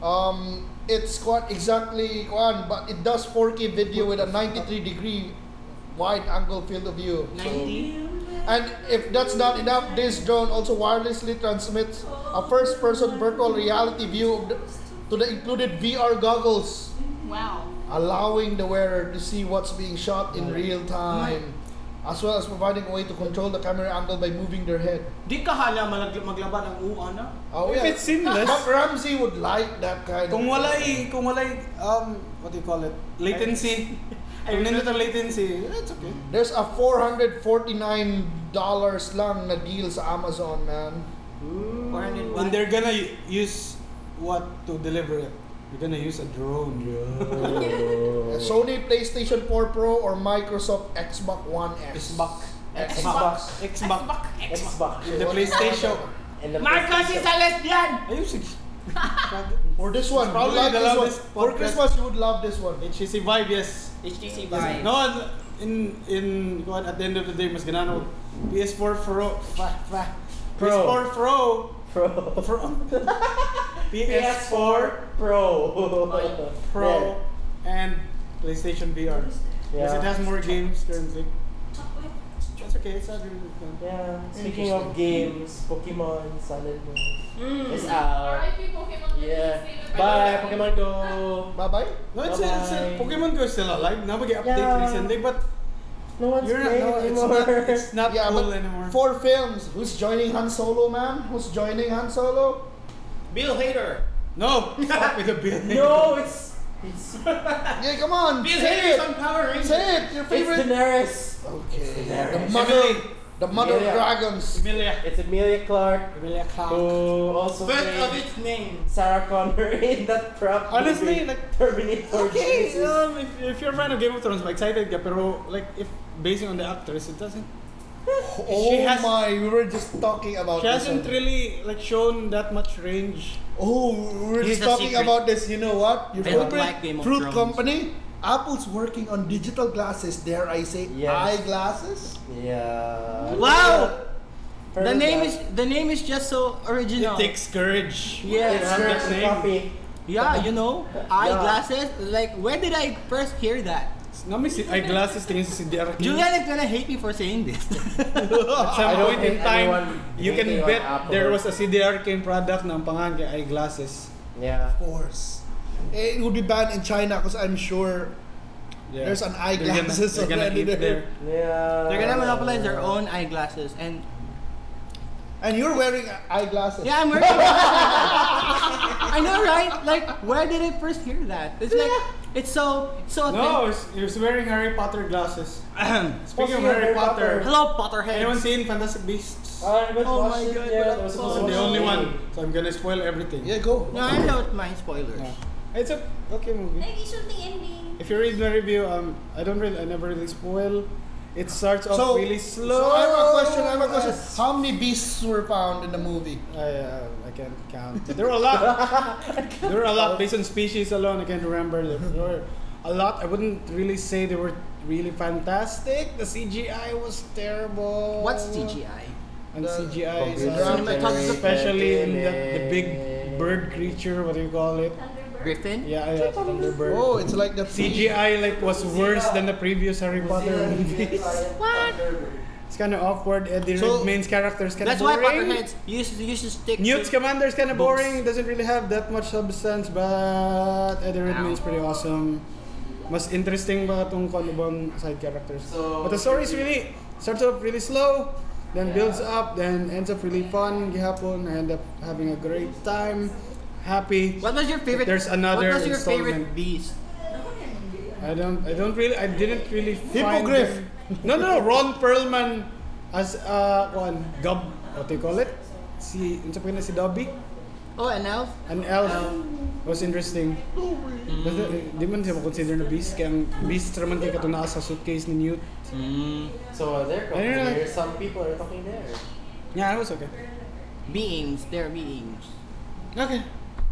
Speaker 1: Um, it's quite exactly one, but it does 4K video with a 93 degree wide angle field of view. So, and if that's not enough, this drone also wirelessly transmits a first-person virtual reality view of the, to the included VR goggles,
Speaker 9: Wow.
Speaker 1: allowing the wearer to see what's being shot in real time, as well as providing a way to control the camera angle by moving their head.
Speaker 6: Di ka hala malag- maglaban ng uwa na.
Speaker 1: Oh,
Speaker 3: If
Speaker 1: yeah.
Speaker 3: it's seamless,
Speaker 1: But Ramsey would like that kind
Speaker 3: kung
Speaker 1: of.
Speaker 3: walay kung walay um what do you call it? (laughs) Latency. Kung nindot ang latency, that's okay.
Speaker 1: There's a $449 lang na deal sa Amazon, man.
Speaker 3: And
Speaker 6: 401.
Speaker 3: they're gonna u- use what to deliver it. They're gonna use a drone. Oh.
Speaker 1: Sony PlayStation 4 Pro or Microsoft Xbox One X.
Speaker 3: Xbox.
Speaker 1: Xbox.
Speaker 3: Xbox.
Speaker 2: Xbox.
Speaker 3: The PlayStation.
Speaker 2: And the
Speaker 6: Marcos is a lesbian!
Speaker 3: Ayun sige.
Speaker 1: Or this one.
Speaker 3: Probably
Speaker 1: you like
Speaker 3: the
Speaker 1: this one.
Speaker 3: loudest
Speaker 1: For
Speaker 3: podcast.
Speaker 1: Christmas, you would love this one.
Speaker 3: HTC Vibe, yes.
Speaker 6: HTC Vive.
Speaker 3: No, and- in in kuwan, at the end of the day, mas ganano PS4 Pro, fa, fa,
Speaker 2: Pro.
Speaker 3: PS4 Pro,
Speaker 2: Pro. (laughs)
Speaker 3: PS4
Speaker 2: PS4 Pro.
Speaker 3: Pro, and PlayStation VR. Because it
Speaker 2: Yeah.
Speaker 3: has more games currently.
Speaker 4: Chocolate.
Speaker 3: That's okay. It's not really good.
Speaker 2: Yeah. Speaking of games, Pokemon, Silent Moon.
Speaker 6: Mm.
Speaker 2: It's out.
Speaker 9: RIP Pokemon.
Speaker 2: Yeah.
Speaker 9: Philippines.
Speaker 2: Bye, Pokemon Go.
Speaker 1: Bye bye.
Speaker 3: No, it's, it's,
Speaker 2: Bye-bye.
Speaker 3: Pokemon Go is still alive. Now we get update
Speaker 2: Yeah.
Speaker 3: recently, but
Speaker 2: No one's
Speaker 3: you're not,
Speaker 2: playing
Speaker 3: no, it's
Speaker 2: anymore.
Speaker 3: not, (laughs) it's not
Speaker 1: Yeah,
Speaker 3: cool
Speaker 1: but
Speaker 3: anymore.
Speaker 1: four films. Who's joining Han Solo, man? Who's joining Han Solo?
Speaker 6: Bill Hader.
Speaker 3: No, (laughs) fuck with the building.
Speaker 2: no, it's it's
Speaker 1: Yeah, come on.
Speaker 6: Bill
Speaker 1: Say
Speaker 6: Hader is
Speaker 1: it.
Speaker 6: on Power Rangers.
Speaker 1: Say it. Your
Speaker 2: it's
Speaker 1: favorite.
Speaker 2: Daenerys.
Speaker 1: Okay. The
Speaker 2: Daenerys.
Speaker 1: mother.
Speaker 3: Emily.
Speaker 1: The mother of
Speaker 2: Emilia.
Speaker 1: dragons.
Speaker 3: Emilia.
Speaker 2: It's Amelia Clark,
Speaker 3: Emilia Clarke.
Speaker 2: who also
Speaker 6: Birth of
Speaker 2: played
Speaker 6: its name.
Speaker 2: Sarah Connor (laughs) in that crap.
Speaker 3: Honestly,
Speaker 2: movie,
Speaker 3: like-
Speaker 2: Terminator.
Speaker 3: Okay,
Speaker 2: Genesis.
Speaker 3: um, if, if you're a fan of Game of Thrones, I'm excited ka, pero like if basing on the actress, it doesn't.
Speaker 1: Oh
Speaker 3: She has-
Speaker 1: my, we were just talking about
Speaker 3: She
Speaker 1: Oh, this. uh,
Speaker 3: hasn't
Speaker 1: one.
Speaker 3: really like shown that much range.
Speaker 1: Oh, we were just
Speaker 6: Here's the
Speaker 1: talking
Speaker 6: secret.
Speaker 1: about Oh, this. You know what? Your
Speaker 6: They don't
Speaker 1: favorite
Speaker 6: like Game of
Speaker 1: fruit
Speaker 6: Thrones.
Speaker 1: company? Apple's working on digital glasses. Dare I say
Speaker 2: Yes.
Speaker 1: eyeglasses?
Speaker 2: Yeah.
Speaker 6: Wow.
Speaker 2: Heard
Speaker 6: The name
Speaker 2: that.
Speaker 6: is the name is just so original.
Speaker 3: It takes courage.
Speaker 6: Yeah.
Speaker 2: It's her
Speaker 3: That's name.
Speaker 2: copy.
Speaker 6: Yeah, you know, eyeglasses. Like, where did I first hear that?
Speaker 3: Nami si ay glasses tingin si CDR.
Speaker 6: Julian is gonna hate me for saying this.
Speaker 3: (laughs)
Speaker 6: (laughs)
Speaker 3: At some
Speaker 2: I don't
Speaker 3: point in
Speaker 2: think
Speaker 3: time,
Speaker 2: anyone
Speaker 3: you can
Speaker 2: thinking on
Speaker 3: bet
Speaker 2: Apple.
Speaker 3: there was a CDR Kane product na ang pangalan kay eyeglasses.
Speaker 2: Yeah.
Speaker 1: Of course. Eh, It would be banned in China because I'm sure
Speaker 3: Yeah.
Speaker 1: there's an
Speaker 3: They're gonna-
Speaker 1: eyeglasses
Speaker 3: they're gonna
Speaker 1: already
Speaker 3: eat
Speaker 1: there.
Speaker 2: Yeah.
Speaker 6: They're gonna monopolize their own eyeglasses, and
Speaker 1: And you're wearing eyeglasses.
Speaker 6: yeah, I'm wearing. (laughs) I know, right? Like, where did I first hear that? It's like, it's so, it's so.
Speaker 3: No, it's- you're wearing Harry Potter glasses. Speaking of
Speaker 2: Speaking of
Speaker 3: Harry
Speaker 2: Harry
Speaker 3: Potter,
Speaker 6: Hello, Potterhead.
Speaker 3: anyone seen Fantastic Beasts?
Speaker 2: Oh, I haven't
Speaker 6: Oh
Speaker 2: watched
Speaker 6: my
Speaker 2: it
Speaker 6: God,
Speaker 2: yet.
Speaker 6: but
Speaker 2: I was
Speaker 6: I'm
Speaker 2: supposed
Speaker 3: I'm
Speaker 2: to
Speaker 3: the
Speaker 2: watch
Speaker 3: only
Speaker 2: it.
Speaker 3: one, Oh. so I'm gonna spoil everything.
Speaker 1: Yeah, go.
Speaker 6: No, I don't mind spoilers.
Speaker 3: Yeah. It's a okay movie.
Speaker 4: Nagi shooting ending.
Speaker 3: If you read my review, um, I don't really, I never really spoil. It starts off
Speaker 1: So,
Speaker 3: really
Speaker 1: so
Speaker 3: slow.
Speaker 1: I have a question. I have a question.
Speaker 3: Yes.
Speaker 1: How many beasts were found in the movie?
Speaker 3: I, uh, I can't count. There were a (laughs) lot. there were a lot based on species alone. I can't remember. There were a lot. I wouldn't really say they were really fantastic. The CGI was terrible.
Speaker 6: What's CGI?
Speaker 3: And
Speaker 1: The-
Speaker 3: CGI is
Speaker 2: Computer
Speaker 3: uh,
Speaker 6: generated
Speaker 3: especially in the, the
Speaker 2: image.
Speaker 3: big bird creature. What do you call it?
Speaker 4: Thunderbird.
Speaker 6: Griffin?
Speaker 3: Yeah, yeah, Thunderbird.
Speaker 1: Oh, it's like the
Speaker 3: CGI like was worse than the previous Harry Potter movies. (laughs)
Speaker 2: What?
Speaker 3: It's kind of awkward. Eddie
Speaker 1: So-
Speaker 3: Redmayne's character's kind of
Speaker 6: That's why
Speaker 3: boring.
Speaker 6: Potterheads used to, used to stick.
Speaker 3: Newt's
Speaker 6: to,
Speaker 3: commander's kind of
Speaker 6: Books.
Speaker 3: boring. Doesn't really have that much substance, but Eddie Redmayne's pretty awesome. Mas interesting ba itong kung ano bang side characters.
Speaker 2: So-
Speaker 3: but the story is really starts off really slow, then
Speaker 2: Yeah.
Speaker 3: builds up, then ends up really fun. Gihapon, I end up having a great time, happy.
Speaker 6: what was your favorite?
Speaker 3: There's another
Speaker 6: What was your
Speaker 3: installment.
Speaker 6: favorite beast?
Speaker 3: I don't I don't really I didn't really find
Speaker 1: Hippogriff.
Speaker 3: them- No no no Ron Perlman as uh one Gob what do you call it? Si unsa pa yun na si Dobby?
Speaker 6: Oh, an elf.
Speaker 3: An elf.
Speaker 2: Um,
Speaker 3: was interesting. Basta, eh, Di man siya makonsider na beast kaya ang beast raman kay katunaa sa suitcase ni Newt.
Speaker 2: So uh, they're talking
Speaker 3: Ayun na.
Speaker 2: here. Some people are talking there.
Speaker 3: Yeah, it was okay.
Speaker 6: Beings, they're beings.
Speaker 3: Okay.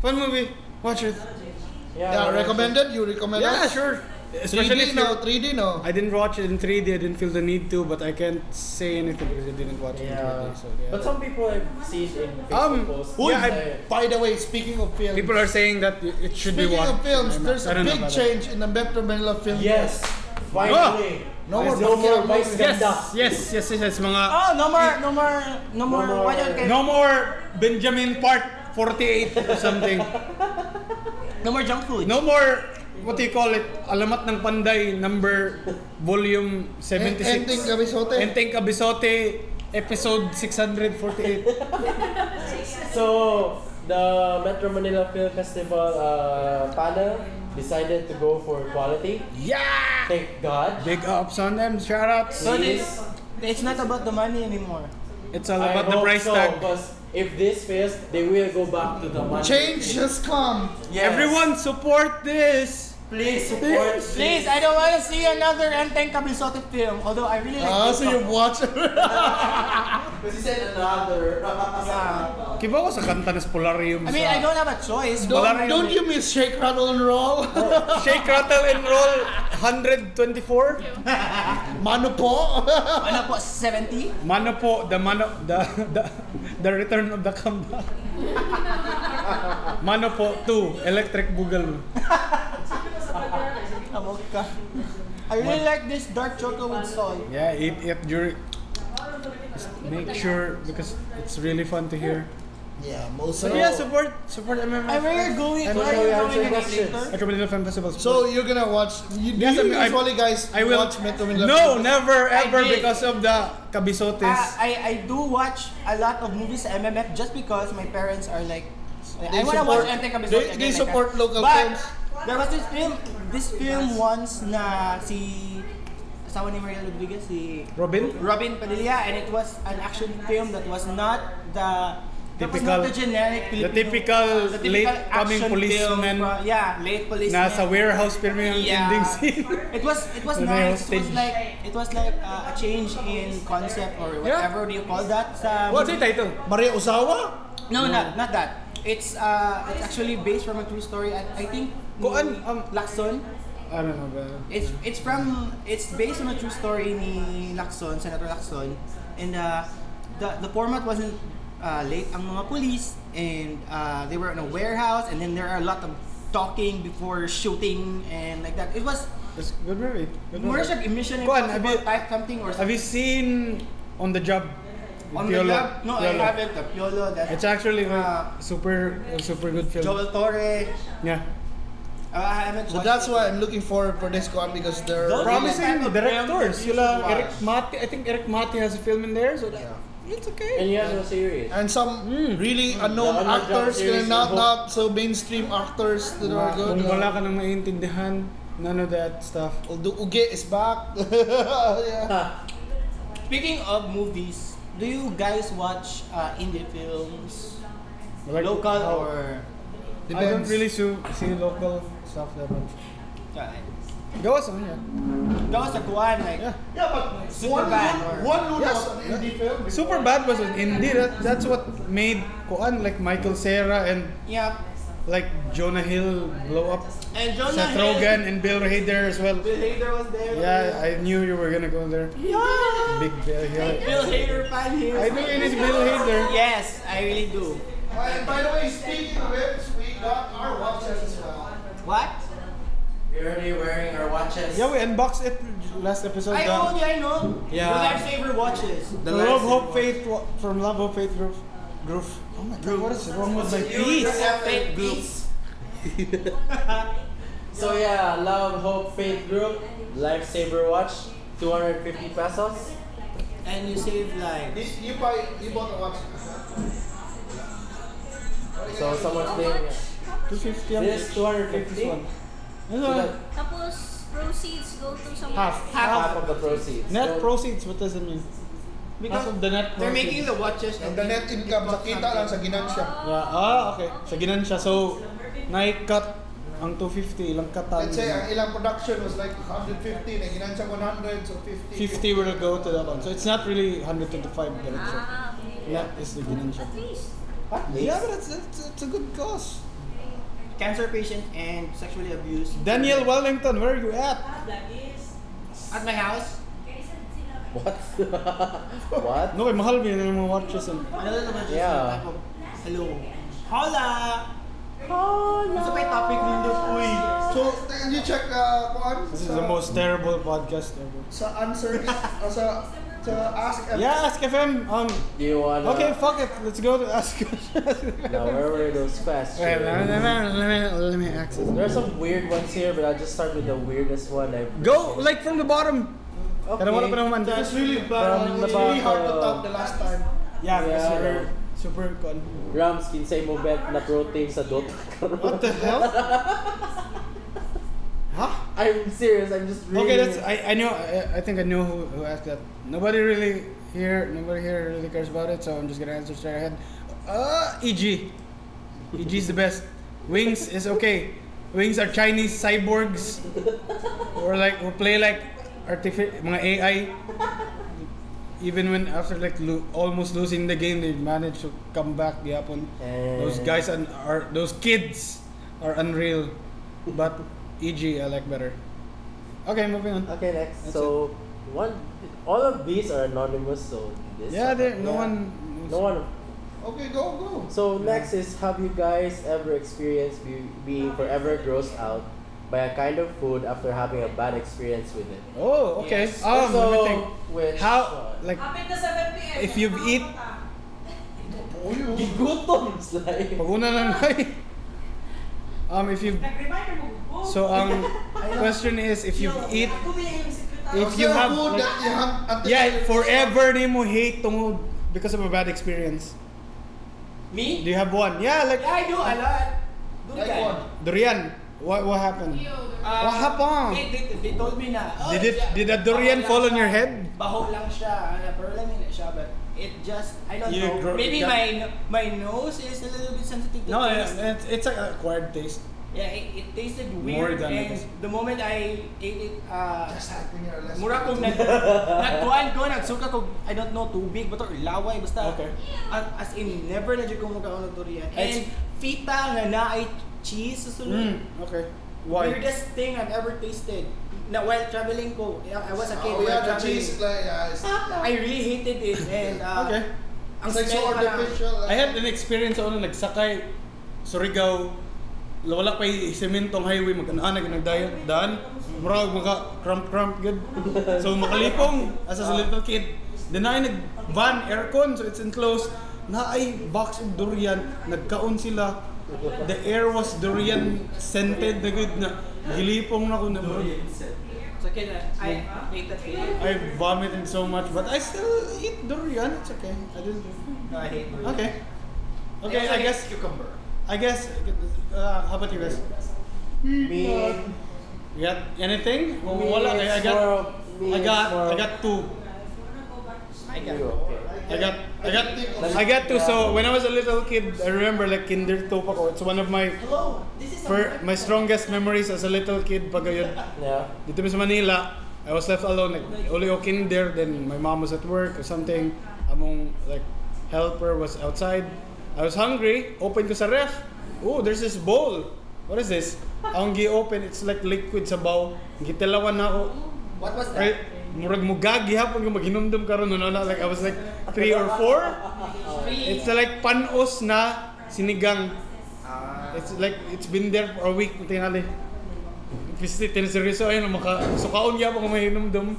Speaker 3: Fun movie. Watch it.
Speaker 1: Yeah,
Speaker 2: I watched it.
Speaker 1: recommended. You recommend
Speaker 3: Yeah,
Speaker 1: us?
Speaker 3: sure. Especially
Speaker 1: Especially
Speaker 3: if
Speaker 1: now,
Speaker 3: you
Speaker 1: 3D now.
Speaker 3: I didn't watch it in 3D. I didn't feel the need to, but I can't say anything because I didn't watch it in 3D.
Speaker 2: Yeah.
Speaker 3: So, yeah.
Speaker 2: But some people I've seen in Facebook
Speaker 3: Um,
Speaker 2: posts.
Speaker 3: who-
Speaker 2: yeah,
Speaker 3: yeah,
Speaker 2: I,
Speaker 1: By the way, speaking of films,
Speaker 3: People are saying that it should be
Speaker 1: speaking of
Speaker 3: watched.
Speaker 1: films,
Speaker 3: I'm-
Speaker 1: there's
Speaker 3: I
Speaker 1: a
Speaker 3: don't know
Speaker 1: big
Speaker 3: about that.
Speaker 1: change in the Metro Manila film.
Speaker 2: yes. Finally.
Speaker 1: No more
Speaker 2: no more
Speaker 1: Pacquiao
Speaker 2: Mike
Speaker 1: movies.
Speaker 3: Yes,
Speaker 2: Ganda.
Speaker 3: yes, yes, yes, yes, mga...
Speaker 6: Oh, no more, no more, no more.
Speaker 2: more- why don't you-
Speaker 3: No more Benjamin Part 48 or something.
Speaker 6: No more junk food.
Speaker 3: No more, what do you call it? Alamat ng Panday, number, volume
Speaker 1: En-
Speaker 3: 76.
Speaker 1: Ending kami sote.
Speaker 3: Enteng Kabisote, episode 648.
Speaker 2: So the Metro Manila Film Festival uh, panel decided to go for quality.
Speaker 3: Yeah!
Speaker 2: Thank God.
Speaker 3: Big ups on them, shoutouts.
Speaker 6: So this,
Speaker 2: Please.
Speaker 6: it's not about the money anymore.
Speaker 3: It's all
Speaker 2: I
Speaker 3: about the
Speaker 2: hope
Speaker 3: price
Speaker 2: so,
Speaker 3: tag.
Speaker 2: 'cause if this fails, they will go back to the money.
Speaker 1: Change has come.
Speaker 2: Yes.
Speaker 3: Everyone support this!
Speaker 11: Please support.
Speaker 6: Please, I don't want to see another Enteng Cabrizote film. Although I really like
Speaker 1: Ah, so
Speaker 6: this one.
Speaker 1: you've watched
Speaker 11: Because he said another.
Speaker 6: Yeah.
Speaker 3: Kiba ko sa kanta ng Spolarium
Speaker 6: I mean,
Speaker 3: sa...
Speaker 6: I don't have a choice. but-
Speaker 1: Don't, don't you miss Shake, Rattle, and Roll?
Speaker 3: Shake, Rattle, and Roll 124.
Speaker 1: (laughs) Mano po?
Speaker 6: Ano po, 70?
Speaker 3: (laughs) Mano po, the mano, the, the, the return of the comeback. Mano po, 2, Electric Boogaloo.
Speaker 6: Amok ka. Oh I really like this dark chocolate with salt.
Speaker 3: Yeah, eat it during, make sure, because it's really fun to hear.
Speaker 1: yeah, most
Speaker 3: So,
Speaker 1: of
Speaker 3: yeah, support, support MMF.
Speaker 6: And where are you going?
Speaker 3: And
Speaker 6: Where
Speaker 3: so
Speaker 6: are
Speaker 3: we
Speaker 6: you
Speaker 2: answer
Speaker 6: going again
Speaker 2: questions.
Speaker 6: later? Uh,
Speaker 3: Metropolitan Film Festival.
Speaker 1: So you're gonna watch. You, do
Speaker 3: Yes,
Speaker 1: you
Speaker 3: I- I-
Speaker 1: usually guys
Speaker 3: I will-
Speaker 1: watch Metro Manila?
Speaker 3: no, never,
Speaker 6: I
Speaker 3: ever,
Speaker 6: did.
Speaker 3: because of the
Speaker 6: Ah,
Speaker 3: Cabisotes.
Speaker 6: I, I do watch a lot of movies at MMF just because my parents are like,
Speaker 1: They
Speaker 6: I want to watch
Speaker 1: support-
Speaker 6: Enteng Cabrizote.
Speaker 1: they-
Speaker 6: again
Speaker 1: they
Speaker 6: like that."
Speaker 1: support local
Speaker 6: But
Speaker 1: films.
Speaker 6: there was this film, this film once na si, asawa ni Maria Rodriguez, si
Speaker 3: Robin?
Speaker 6: Robin Padilla, and it was an action film that was not the that was
Speaker 3: Typical-
Speaker 6: not the generic
Speaker 3: the
Speaker 6: Filipino-
Speaker 3: typical
Speaker 6: the typical
Speaker 3: late coming
Speaker 6: action
Speaker 3: policeman
Speaker 6: film from- yeah, late policeman.
Speaker 3: Nasa warehouse film yung
Speaker 6: Yeah.
Speaker 3: ending scene.
Speaker 6: (laughs) It was it was
Speaker 3: When they
Speaker 6: nice. It was
Speaker 3: hostage.
Speaker 6: like it was like uh, a change in concept or whatever do you call that? Sa
Speaker 3: What's the title?
Speaker 1: Maria Ozawa?
Speaker 6: No, not not that. It's uh it's actually based from a true story. I, I think
Speaker 3: Kuan,
Speaker 6: ni
Speaker 3: um,
Speaker 6: Lacson.
Speaker 3: I don't know, but...
Speaker 6: It's it's from it's based on a true story ni Lacson, Senator Lacson. And uh, the the format wasn't uh, late ang mga police and uh, they were in a warehouse and then there are a lot of talking before shooting and like that. It was
Speaker 3: It's a good movie. Good
Speaker 6: more
Speaker 3: movie.
Speaker 6: like a mission
Speaker 3: Go on, have
Speaker 6: impossible
Speaker 3: you-
Speaker 6: type something or
Speaker 3: Have
Speaker 6: something.
Speaker 3: you seen On the Job? with
Speaker 6: On the
Speaker 3: Piolo?
Speaker 6: lab? No,
Speaker 3: Piolo.
Speaker 6: I haven't. The Piolo, that's
Speaker 3: It's actually a
Speaker 6: Uh,
Speaker 3: super, a super good film.
Speaker 6: Joel Torre.
Speaker 3: Yeah.
Speaker 6: Uh, I haven't
Speaker 1: So
Speaker 6: watched
Speaker 1: that's
Speaker 6: it.
Speaker 1: why I'm looking forward for this one because they're
Speaker 6: Those-
Speaker 3: Promising
Speaker 6: type of film
Speaker 3: directors.
Speaker 6: that you
Speaker 3: Sila
Speaker 6: should watch.
Speaker 3: Eric Mati. I think Eric Mati has a film in there, so that, it's
Speaker 2: And
Speaker 3: okay.
Speaker 2: you have no series.
Speaker 1: and some really unknown
Speaker 2: The underdog
Speaker 1: actors,
Speaker 2: series
Speaker 1: and not
Speaker 2: of-
Speaker 1: not so mainstream actors that are good.
Speaker 3: Kung wala ka nang maintindihan, none of that stuff.
Speaker 1: Although Uge is back. (laughs) yeah.
Speaker 6: Speaking of movies, do you guys watch uh, indie films?
Speaker 3: Like-
Speaker 6: local
Speaker 3: oh.
Speaker 6: or.
Speaker 3: I don't really su- see local stuff that much.
Speaker 6: Yeah.
Speaker 3: Gawas on yeah.
Speaker 6: That was the one, like.
Speaker 3: Yeah.
Speaker 1: Yeah, but
Speaker 6: Superbad or-
Speaker 1: one
Speaker 3: Yes.
Speaker 1: film.
Speaker 3: Super bad was an indie. That, that's what made Koan like Michael Cera and
Speaker 6: Yeah.
Speaker 3: like Jonah Hill blow up.
Speaker 6: And Jonah
Speaker 3: Seth
Speaker 6: Hill-
Speaker 3: Rogen and Bill Hader as well.
Speaker 6: Bill Hader was there.
Speaker 3: Yeah, I knew you were gonna go there.
Speaker 6: Yeah.
Speaker 3: Big Bill Hader.
Speaker 6: Bill Hader fan here.
Speaker 3: I think it is Bill Hader.
Speaker 6: Yes, I really do.
Speaker 1: And by the way, speaking of it, we got our watches as well.
Speaker 6: What?
Speaker 11: We're already wearing our watches.
Speaker 3: Yeah, we unboxed it last episode.
Speaker 6: I
Speaker 3: uh,
Speaker 6: only I know.
Speaker 11: Yeah.
Speaker 6: The lifesaver watches.
Speaker 11: The
Speaker 3: Love,
Speaker 11: last-
Speaker 3: Hope, Faith, Wa- from Love, Hope, Faith, Groove. Groove. Oh my god, what is wrong with my
Speaker 11: Peace.
Speaker 3: teeth?
Speaker 11: Faith group.
Speaker 2: (laughs) So yeah, Love, Hope, Faith Group, Lifesaver Watch, 250 pesos.
Speaker 6: And you save like.
Speaker 1: You, you buy, you bought a watch.
Speaker 2: So someone's
Speaker 4: How
Speaker 2: paying
Speaker 4: much?
Speaker 2: it.
Speaker 4: How much?
Speaker 3: This
Speaker 2: This 250. So that
Speaker 4: Tapos, proceeds go to someone.
Speaker 3: Half.
Speaker 2: half of the proceeds.
Speaker 3: Net
Speaker 2: So-
Speaker 3: proceeds, what does it mean? Half of the net
Speaker 6: They're
Speaker 3: proceeds.
Speaker 6: making the watches
Speaker 1: And
Speaker 6: and
Speaker 1: the net income, sa kita lang, sa ginansya.
Speaker 3: Yeah, ah, okay. Sa ginan siya. So, na-cut ang 250, ilang katan?
Speaker 1: Let's say, ang ilang production was like 150, na ginansya 100, so 50.
Speaker 3: 50 will go to that one. So, it's not really 125 direct siya.
Speaker 4: Ah, okay.
Speaker 3: Net is the ginan siya.
Speaker 4: At least.
Speaker 3: Yeah, but it's, it's, it's a good cause.
Speaker 6: cancer patient and sexually abused.
Speaker 3: Daniel Wellington, where are you at?
Speaker 6: At my house.
Speaker 2: What? what?
Speaker 3: No, eh, mahal yun yung mga watches. And...
Speaker 6: Another naman just
Speaker 2: Yeah.
Speaker 6: type of oh, hello. Hola! Hola! Sa may topic nindo, uy.
Speaker 1: So, can you check, uh, kuan?
Speaker 3: This is
Speaker 1: Sa-
Speaker 3: the most terrible podcast ever.
Speaker 1: Sa answers, uh, sa, sa ask. and-
Speaker 3: Yeah, Ask FM. Um,
Speaker 2: Do you wanna?
Speaker 3: okay, fuck it. Let's go to Ask
Speaker 2: (laughs) Now where were those questions?
Speaker 3: (laughs) Wait, let me, let me, let me access.
Speaker 2: There are some weird ones here, but I'll just start with the weirdest one. I've
Speaker 3: Go, like, from the bottom.
Speaker 2: Okay.
Speaker 3: Pero wala pa naman.
Speaker 1: It's really bad.
Speaker 2: From
Speaker 1: It's
Speaker 2: the
Speaker 1: really hard to
Speaker 2: bottom.
Speaker 1: top the last time.
Speaker 3: Yeah, because
Speaker 2: Yeah.
Speaker 3: you're super con.
Speaker 2: Rams, kinsay mo bet na protein sa Dota karon.
Speaker 3: What the hell? huh?
Speaker 2: (laughs) I'm serious, I'm just reading.
Speaker 3: Okay, that's
Speaker 2: it.
Speaker 3: I, I know I, I think I know who, who asked that. Nobody really here nobody here really cares about it, so I'm just gonna answer straight E ahead. Uh EG. EG is the best. Wings is okay. wings are Chinese cyborgs. or like or play like artific mga AI. Even when after like lo- almost losing the game, they manage to come back. Yapon. Those guys and are those kids are unreal. But EG I like better. Okay, moving on.
Speaker 2: Okay, next.
Speaker 3: That's
Speaker 2: so one, all of these are anonymous. So this.
Speaker 3: Yeah, there, no
Speaker 2: yeah.
Speaker 3: one.
Speaker 2: No one.
Speaker 1: Okay, go, go.
Speaker 2: So next is have you guys ever experienced be, being forever grossed out by a kind of food after having a bad experience with it?
Speaker 3: Oh, okay.
Speaker 6: Yes.
Speaker 3: Um, let me
Speaker 2: So,
Speaker 3: think.
Speaker 2: which
Speaker 3: How (laughs)
Speaker 2: one?
Speaker 3: like
Speaker 10: Hapit na eh. 7 p.m.
Speaker 3: If you've eat-
Speaker 2: Gigutom, it's like.
Speaker 3: paguna na nai. Um, if you
Speaker 10: Nag-reminder mo. oh,
Speaker 3: so um question is if you
Speaker 10: yo,
Speaker 3: eat
Speaker 10: ako ba yung secret-
Speaker 3: if you have
Speaker 1: food that you have at the
Speaker 3: yeah forever ni mo hate tungod because of a bad experience. Do
Speaker 6: Me?
Speaker 3: you have one? Yeah, like
Speaker 6: Yeah, I do a lot. Doon
Speaker 1: Like
Speaker 6: ka.
Speaker 1: what?
Speaker 3: durian. What what happened?
Speaker 6: Ah,
Speaker 3: What happened?
Speaker 6: They, they, they told me na. oh,
Speaker 3: Did it
Speaker 6: yeah,
Speaker 3: did a durian
Speaker 6: baho
Speaker 3: fall on
Speaker 6: lang
Speaker 3: your
Speaker 6: siya.
Speaker 3: head?
Speaker 6: Baho lang siya. Ano, pero alam niya siya. But it just, I don't
Speaker 3: You
Speaker 6: know.
Speaker 3: grow-
Speaker 6: Maybe
Speaker 3: got-
Speaker 6: my no- my nose is a little bit sensitive to taste.
Speaker 3: it's it's an acquired taste.
Speaker 6: Yeah, it, it tasted
Speaker 3: More
Speaker 6: weird.
Speaker 3: than it
Speaker 6: and
Speaker 3: is.
Speaker 6: the moment I ate it, uh,
Speaker 1: Just happening or less.
Speaker 6: mura kong
Speaker 3: (laughs)
Speaker 6: nag, nagkuhan ko, nagsuka ko, I don't know, tubig, but or laway, basta.
Speaker 3: Okay.
Speaker 6: a- as in, never na dyan ko magkakaon ng durian. And
Speaker 3: It's-
Speaker 6: fita nga na ay cheese sa sunod.
Speaker 3: Mm, okay. Why?
Speaker 6: Weirdest thing I've ever tasted. Na while traveling ko, I I was a kid
Speaker 1: Oh,
Speaker 6: while
Speaker 1: yeah, the
Speaker 6: traveling.
Speaker 1: cheese is like, yeah, it's,
Speaker 6: I really hated it and uh,
Speaker 3: Okay.
Speaker 6: ang
Speaker 1: it's like so
Speaker 6: smell parang-
Speaker 1: artificial.
Speaker 3: I had an experience ako na nagsakay Surigao wala pa yung sementong highway mag-ananag nagdayan daan murag maka cramp cramp good so makalipong as a little kid then ay nag van aircon so it's enclosed na ay box of durian nagkaon sila the air was durian scented na good na gilipong na ko na murag
Speaker 6: So kid, I hate that feeling.
Speaker 3: I vomited so much but I still eat durian it's okay I didn't
Speaker 6: No, I hate it.
Speaker 3: okay okay I
Speaker 6: also hate
Speaker 3: guess
Speaker 6: cucumber.
Speaker 3: I guess. Uh, how about you guys?
Speaker 2: Me,
Speaker 3: You got anything? Well,
Speaker 2: me
Speaker 3: wala.
Speaker 2: it's
Speaker 3: I, I got.
Speaker 2: more, me
Speaker 3: I got.
Speaker 2: it's more,
Speaker 3: I got two.
Speaker 6: I got
Speaker 2: You, okay.
Speaker 3: I got. I got.
Speaker 2: Let me-
Speaker 3: I got two. So when I was a little kid, I remember like Kinder Topa ko. It's one of my
Speaker 6: Hello, this is
Speaker 3: fir- my strongest memories as a little kid. Pagayod
Speaker 2: Yeah.
Speaker 3: dito sa Manila, I was left alone. Like, only ako Kinder. Then my mom was at work or something. Among like helper was outside. I was hungry. Open ko sa ref. Oh, there's this bowl. What is this? Ang gi-open, it's like liquid sa baw. Gitilawan na ako.
Speaker 6: What was that?
Speaker 3: Ay, murag mo gagi hapon ko maghinomdom karon no na like I was like 3 or 4. It's like panos na sinigang. It's like it's been there for a week tingali. Visit tin seryoso ayun maka sukaon gyud ako mahinomdom.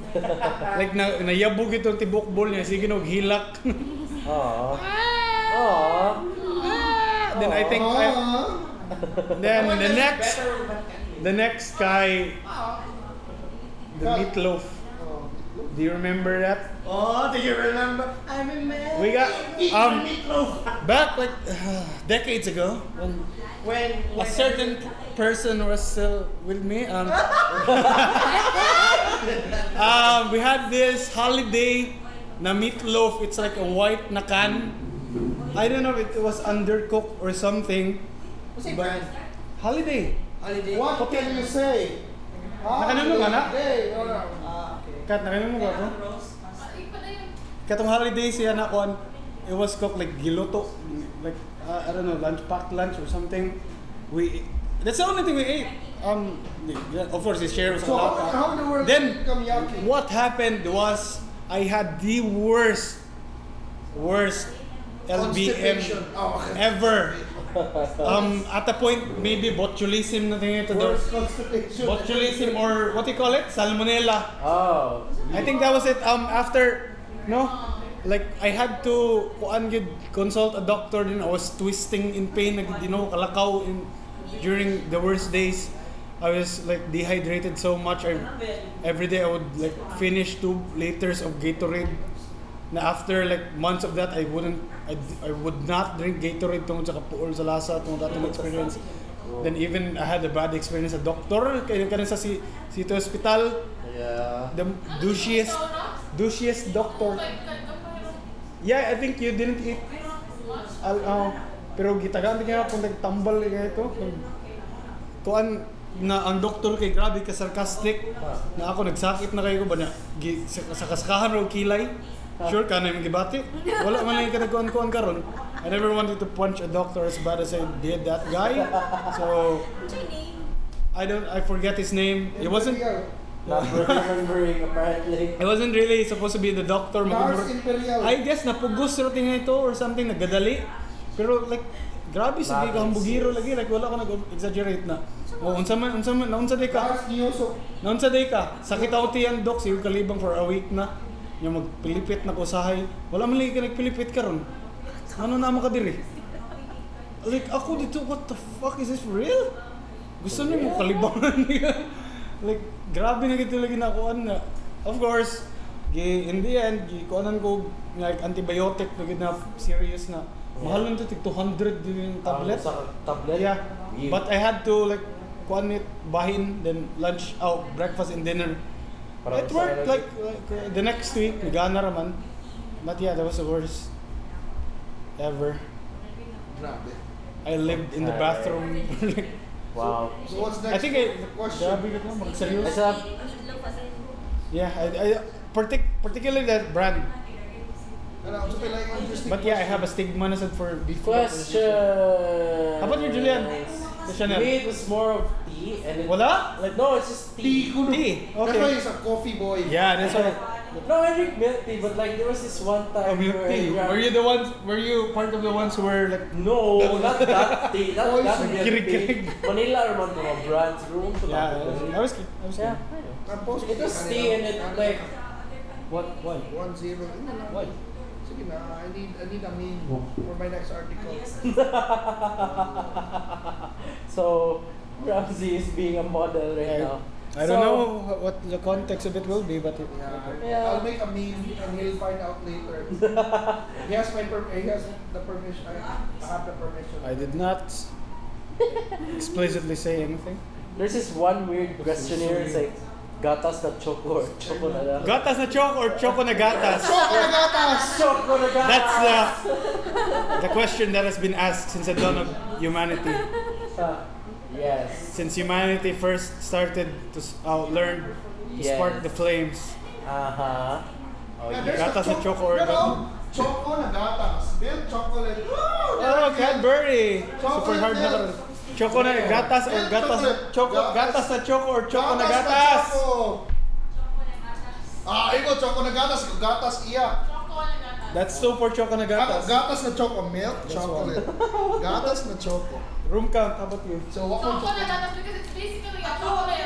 Speaker 3: like na nayabog itong tibok bol niya sige nog hilak. (laughs)
Speaker 2: Aww. Oh. Aww.
Speaker 3: then I think I,
Speaker 1: Ah. Uh-huh.
Speaker 3: then the next the next guy the meatloaf. Do you remember that?
Speaker 6: Oh, do you remember? I remember.
Speaker 3: We got um back like (sighs) uh, decades ago when
Speaker 6: When,
Speaker 3: a
Speaker 6: when
Speaker 3: certain p- person was still with me. Um, (laughs) um, we had this holiday na meatloaf. It's like a white na can. I don't know if it was undercooked or something.
Speaker 6: What's it brand?
Speaker 3: Holiday.
Speaker 6: Holiday.
Speaker 1: What can you say? Ah,
Speaker 3: Nakanungo ka na?
Speaker 1: Hey, or, uh,
Speaker 3: Kat, nakainom mo ba ako? Katong holiday siya na kon, it was cooked like giluto, like uh, I don't know, lunch packed lunch or something. We that's the only thing we ate. Um, yeah, of course, his share was a
Speaker 1: so
Speaker 3: lot.
Speaker 1: how, how in the world
Speaker 3: Then-
Speaker 1: did you become yucky?
Speaker 3: What happened was I had the worst, worst
Speaker 1: Constipation.
Speaker 3: LBM
Speaker 1: Oh, okay.
Speaker 3: ever. Um, at a point, maybe botulism na tingin ito daw.
Speaker 1: Worst constipation.
Speaker 3: Botulism or what do you call it? Salmonella.
Speaker 2: Oh.
Speaker 3: I think that was it. Um, after, no, like I had to kuan gid consult a doctor. Then I was twisting in pain. Nag, you know, kalakaw in during the worst days. I was like dehydrated so much. I every day I would like finish two liters of Gatorade. Na after like months of that, I wouldn't, I, d- I would not drink Gatorade tungod sa kapuol sa lasa, tungod sa atong experience. Then even I had a bad experience sa doktor, kaya kanin sa si, si hospital,
Speaker 2: Yeah.
Speaker 3: the douchiest, douchiest doctor. Yeah, I think you didn't eat. oh, Al, ah, pero gitagaan din nga kung nagtambal nga ito. kuan na ang doktor kay grabe ka sarcastic na ako nagsakit na kayo ko ba na gi, sa, sa kaskahan raw kilay sure ka na yung gibati wala man lang ka nagkuhan-kuhan karon I never wanted to punch a doctor as bad as I did that guy so
Speaker 4: What's your name?
Speaker 3: I don't I forget his name it wasn't
Speaker 2: Not remembering apparently.
Speaker 3: It wasn't really supposed to be the doctor.
Speaker 1: Lars
Speaker 3: Makumur-
Speaker 1: Imperial.
Speaker 3: I guess napugos rating na ito or something, nagdadali. Pero like, grabe sa ka
Speaker 2: Balance,
Speaker 3: hambugiro
Speaker 2: yes.
Speaker 3: lagi. Like, wala ka nag-exaggerate na. O, unsa man, unsa man, naunsa day
Speaker 1: Lars
Speaker 3: ka.
Speaker 1: Nioso.
Speaker 3: Naunsa day ka. Sakit ako tiyan, Doc. Siyo kalibang for a week na. Yung magpilipit na ko sahay. Wala man lagi ka nagpilipit karon. Ano na mo ka diri? Like, ako dito, what the fuck? Is this real? Gusto niyo mo kalibangan (laughs) niya. like, grabe na gito lagi na kuan na. Of course, gi, in the end, gi, kuanan ko, like, antibiotic na gid na serious na. Mahal na ito, tig 200 din yung tablet.
Speaker 2: Sa tablet?
Speaker 3: Yeah.
Speaker 2: Weird.
Speaker 3: But I had to, like, kuan it, bahin, then lunch, out, breakfast and dinner.
Speaker 2: Parang
Speaker 3: it
Speaker 2: sa
Speaker 3: worked,
Speaker 2: allergy.
Speaker 3: like, like, uh, the next week, nagana raman. But yeah, that was the worst ever.
Speaker 1: Grabe.
Speaker 3: I lived in the
Speaker 2: Ay.
Speaker 4: (laughs)
Speaker 3: bathroom.
Speaker 2: Wow.
Speaker 1: So what's next?
Speaker 3: I think I...
Speaker 1: question.
Speaker 3: Grabe ka naman, magseryoso.
Speaker 2: Isa.
Speaker 4: Meatloaf as in.
Speaker 3: Yeah, I, I partic particularly that brand.
Speaker 1: Ano, so pala yung interesting
Speaker 3: But yeah, I have a stigma na sad for before.
Speaker 2: Question. How
Speaker 3: about you, Julian? The Chanel.
Speaker 2: Me, it was more of tea and it,
Speaker 3: Wala?
Speaker 2: like no, it's just tea.
Speaker 1: Tea, kuno.
Speaker 3: Tea,
Speaker 1: That's why
Speaker 3: okay.
Speaker 1: he's a coffee boy.
Speaker 3: Yeah, that's why.
Speaker 2: No, I drink milk tea, but like there was this one time
Speaker 3: Oh, milk
Speaker 2: where
Speaker 3: tea.
Speaker 2: yeah.
Speaker 3: Were you the ones? Were you part of the ones who were like?
Speaker 2: No, not that tea.
Speaker 3: (laughs) Oh,
Speaker 2: Not that milk tea.
Speaker 3: Kirig-kirig.
Speaker 2: Manila or man mga brands. Room to
Speaker 3: Yeah, eh. I was kidding. I was
Speaker 2: Yeah.
Speaker 3: kidding.
Speaker 1: Tapos,
Speaker 2: It was tea and it like what? Why?
Speaker 1: One zero. Ano lang.
Speaker 2: Why?
Speaker 1: Sige na, I need, I need a meme for my next article.
Speaker 2: So Ramsey is being a model
Speaker 3: I,
Speaker 2: right now.
Speaker 3: I don't
Speaker 2: So,
Speaker 3: know wh- what the context of it will be, but it,
Speaker 1: (laughs) Yeah,
Speaker 3: okay.
Speaker 2: Yeah.
Speaker 1: I'll make a meme and he'll find out
Speaker 2: (laughs)
Speaker 1: later. he has my per he has the permission. I I have the permission.
Speaker 3: I did not explicitly say anything.
Speaker 2: There's this one weird questionnaire. It's like gatas na choco or choco na lang.
Speaker 3: Gatas na chok or choco na gatas?
Speaker 2: Choco na gatas.
Speaker 3: That's the the question that has been asked since the dawn of humanity.
Speaker 2: Ah, yes.
Speaker 3: Since humanity first started to s- uh, learn to spark
Speaker 2: Yes.
Speaker 3: the flames.
Speaker 2: Uh huh. Oh,
Speaker 1: Yeah,
Speaker 2: yeah.
Speaker 1: there's a
Speaker 3: Gatas na
Speaker 1: choc-
Speaker 3: choco or
Speaker 1: you know,
Speaker 3: gatas?
Speaker 1: choco na gatas. Milk chocolate.
Speaker 3: Oh, Cadbury! Super
Speaker 1: Chocolate
Speaker 3: hard na
Speaker 1: milk.
Speaker 3: Choco na gatas or
Speaker 1: Milk
Speaker 3: gatas na
Speaker 1: chocolate.
Speaker 3: choco,
Speaker 1: Gatas.
Speaker 3: gatas na choco or choco na
Speaker 1: Gatas
Speaker 3: gatas?
Speaker 1: choco. Ah, ikaw, choco na gatas. Gatas, iya.
Speaker 3: That's so for choco na
Speaker 1: Gatas,
Speaker 3: gatas.
Speaker 1: gatas na choco. Milk chocolate. gatas na choco.
Speaker 3: Room count, how about you?
Speaker 1: So, what
Speaker 9: Choco na gatas because it's basically a chocolate.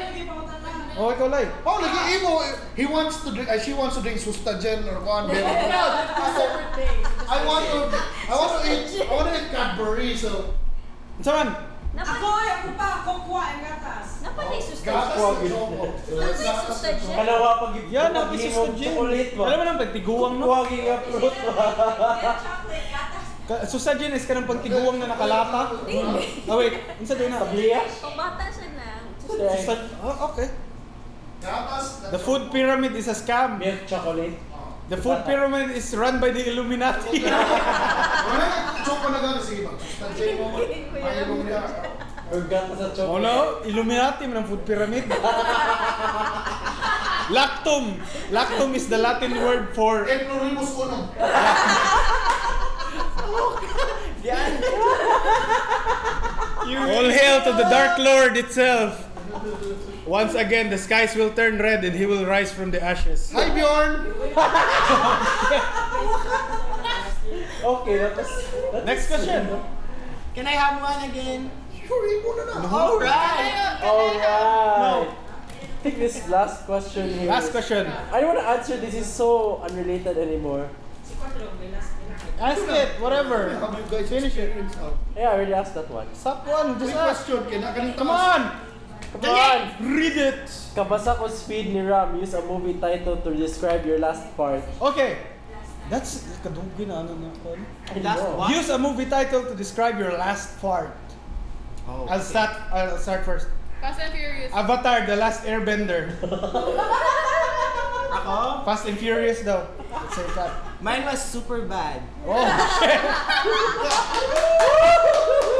Speaker 3: Oh, ikaw lay.
Speaker 1: Oh, nag-iimo. He wants to drink, uh, she wants to drink sustagen or one milk.
Speaker 9: (laughs) No, that's separate thing.
Speaker 1: I want to, I want to eat, I want to eat Cadbury, so
Speaker 3: Saan?
Speaker 7: Ako,
Speaker 4: Napa-
Speaker 10: eh,
Speaker 7: ako pa, ako kuha ang gatas.
Speaker 3: (laughs)
Speaker 4: Napalay
Speaker 1: gatas
Speaker 4: sustansya.
Speaker 1: na choco.
Speaker 4: Napalay sustansya.
Speaker 2: Kalawa pag yung
Speaker 3: Yan, napisis ko gin. Alam mo nang pagtiguang no?
Speaker 2: Kuwaging up fruit pa.
Speaker 3: Ka- Susagen is ka ng pagtiguang na nakalata. Oh wait, insa din na.
Speaker 2: Tabliya?
Speaker 4: Pambata siya na.
Speaker 2: Sorry.
Speaker 3: Susa- Oh, okay.
Speaker 1: Gatas na
Speaker 3: The food pyramid is a scam.
Speaker 2: Milk chocolate.
Speaker 3: The food pyramid is run by the Illuminati.
Speaker 1: (laughs) Wala na, choco na gatas. Sige, mag-sustagen mo. Ayaw mo niya.
Speaker 2: Or gatas na chocolate.
Speaker 3: oh no, Illuminati man ang food pyramid. Lactum. Lactum is the Latin word for
Speaker 1: Enplorimus unum.
Speaker 3: all hail to the Dark Lord itself. Once again, the skies will turn red and he will rise from the ashes.
Speaker 1: Hi, Bjorn!
Speaker 2: Okay, that was... that
Speaker 3: Next
Speaker 2: was-
Speaker 3: question.
Speaker 6: Can I have one again?
Speaker 1: Sure, ibo na na.
Speaker 6: Alright!
Speaker 2: Alright. I think this last question here.
Speaker 3: Last question.
Speaker 2: I don't want to answer. This is so unrelated anymore.
Speaker 3: Ask it, whatever.
Speaker 1: Have you guys
Speaker 3: Finish it.
Speaker 1: experienced out?
Speaker 2: Yeah, I already asked that one.
Speaker 3: Stop one, just
Speaker 1: May
Speaker 3: ask.
Speaker 1: question ka na. Ganun
Speaker 3: Come
Speaker 1: taas.
Speaker 3: on!
Speaker 2: Come on!
Speaker 3: Read it!
Speaker 2: Kabasa ko speed ni Ram. Use a movie title to describe your last part.
Speaker 3: Okay. That's kadugi na ano na kon.
Speaker 2: I
Speaker 6: Last
Speaker 2: know. (laughs)
Speaker 6: What?
Speaker 3: Use a movie title to describe your last part.
Speaker 6: Oh.
Speaker 3: I'll start I'll start first.
Speaker 9: Fast and Furious.
Speaker 3: Avatar the Last Airbender.
Speaker 6: Ako?
Speaker 3: Fast and Furious daw. Let's say that.
Speaker 6: (laughs) Mine was super bad.
Speaker 3: Oh, shit.
Speaker 6: I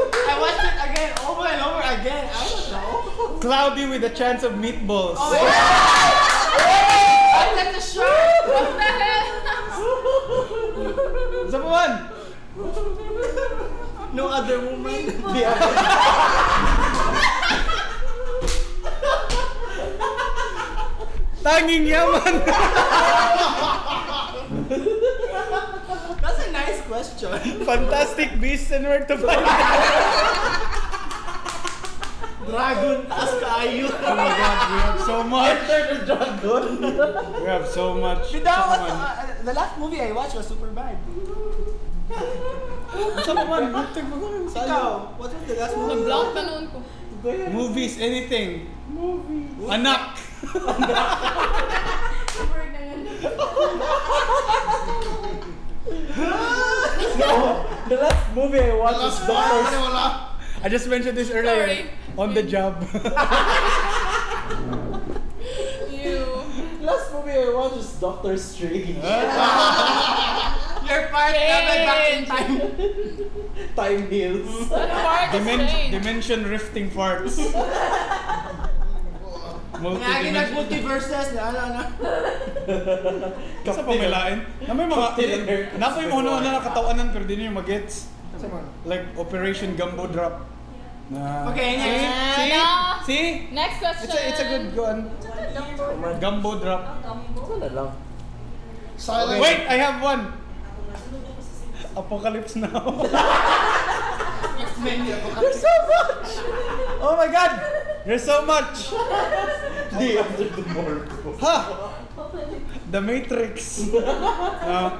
Speaker 2: I watched it again, over and over again. I don't know.
Speaker 3: Cloudy with a chance of meatballs.
Speaker 2: Oh my god. I let the shark.
Speaker 9: What the hell?
Speaker 3: Isa pa man?
Speaker 2: No other woman.
Speaker 3: Tanging yaman.
Speaker 2: That's a nice
Speaker 6: (laughs)
Speaker 2: question.
Speaker 3: Fantastic beasts and where to find them.
Speaker 2: Dragon, taas kayo.
Speaker 3: Oh my god, we have so much.
Speaker 2: Enter the dragon.
Speaker 3: We have so much.
Speaker 2: But that was, uh, the last movie I watched was Superbad.
Speaker 3: Isa pa man? Buntag mo ganun.
Speaker 2: Ikaw, what was the last movie?
Speaker 9: Nag-block pa noon ko.
Speaker 3: Movies, anything. Movies. Anak.
Speaker 2: The last movie I watched was Dollars.
Speaker 3: I just mentioned this earlier.
Speaker 9: Sorry.
Speaker 3: On the job.
Speaker 9: You.
Speaker 2: Last movie I watched was Doctor Strange. Your part
Speaker 9: Strange.
Speaker 2: time heals.
Speaker 3: Mm.
Speaker 2: (laughs)
Speaker 9: What part is
Speaker 3: (laughs) Dimen-
Speaker 9: strange?
Speaker 3: dimension rifting
Speaker 9: (laughs)
Speaker 3: farts.
Speaker 2: Lagi
Speaker 3: Multi-dimension.
Speaker 2: nag-multiverses na ano na.
Speaker 3: Isa pa may lain. Na may mga, na may mga una na katawanan pero di nyo magets. Like Operation Gumbo Drop. Na-
Speaker 2: Okay,
Speaker 3: see?
Speaker 2: next.
Speaker 3: See?
Speaker 9: Ano?
Speaker 3: See?
Speaker 9: Next question.
Speaker 3: It's a, it's a good one. Gumbo Drop.
Speaker 2: Wala lang.
Speaker 1: Silent.
Speaker 3: Wait, I have one. Apocalypse Now. (laughs) There's so much. Oh my god. There's so much.
Speaker 2: Day after tomorrow.
Speaker 3: Ha! The Matrix. Ah,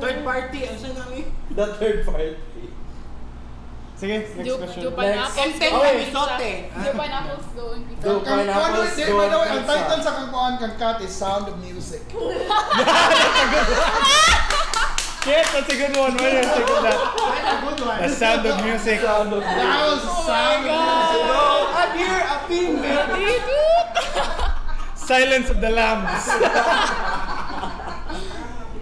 Speaker 2: Third party, ang siya namin? The third party.
Speaker 3: sige, next
Speaker 9: Do, do
Speaker 3: question.
Speaker 9: pineapples
Speaker 2: Next.
Speaker 9: go
Speaker 2: Okay,
Speaker 9: on
Speaker 2: sote.
Speaker 9: pizza? Do pineapples go on pizza?
Speaker 2: Go
Speaker 1: Kang- Kwan,
Speaker 2: pineapples,
Speaker 1: hindi,
Speaker 2: go
Speaker 1: by the way, ang
Speaker 2: pizza.
Speaker 1: title sa Kangkuan Kangkat is Sound of Music.
Speaker 3: Yes, that's a good one. Wait, that's a good one.
Speaker 1: Good one.
Speaker 3: The sound of music.
Speaker 2: Sound of
Speaker 1: That was the sound of music.
Speaker 2: No, I'm here, a female.
Speaker 3: Silence of the Lambs.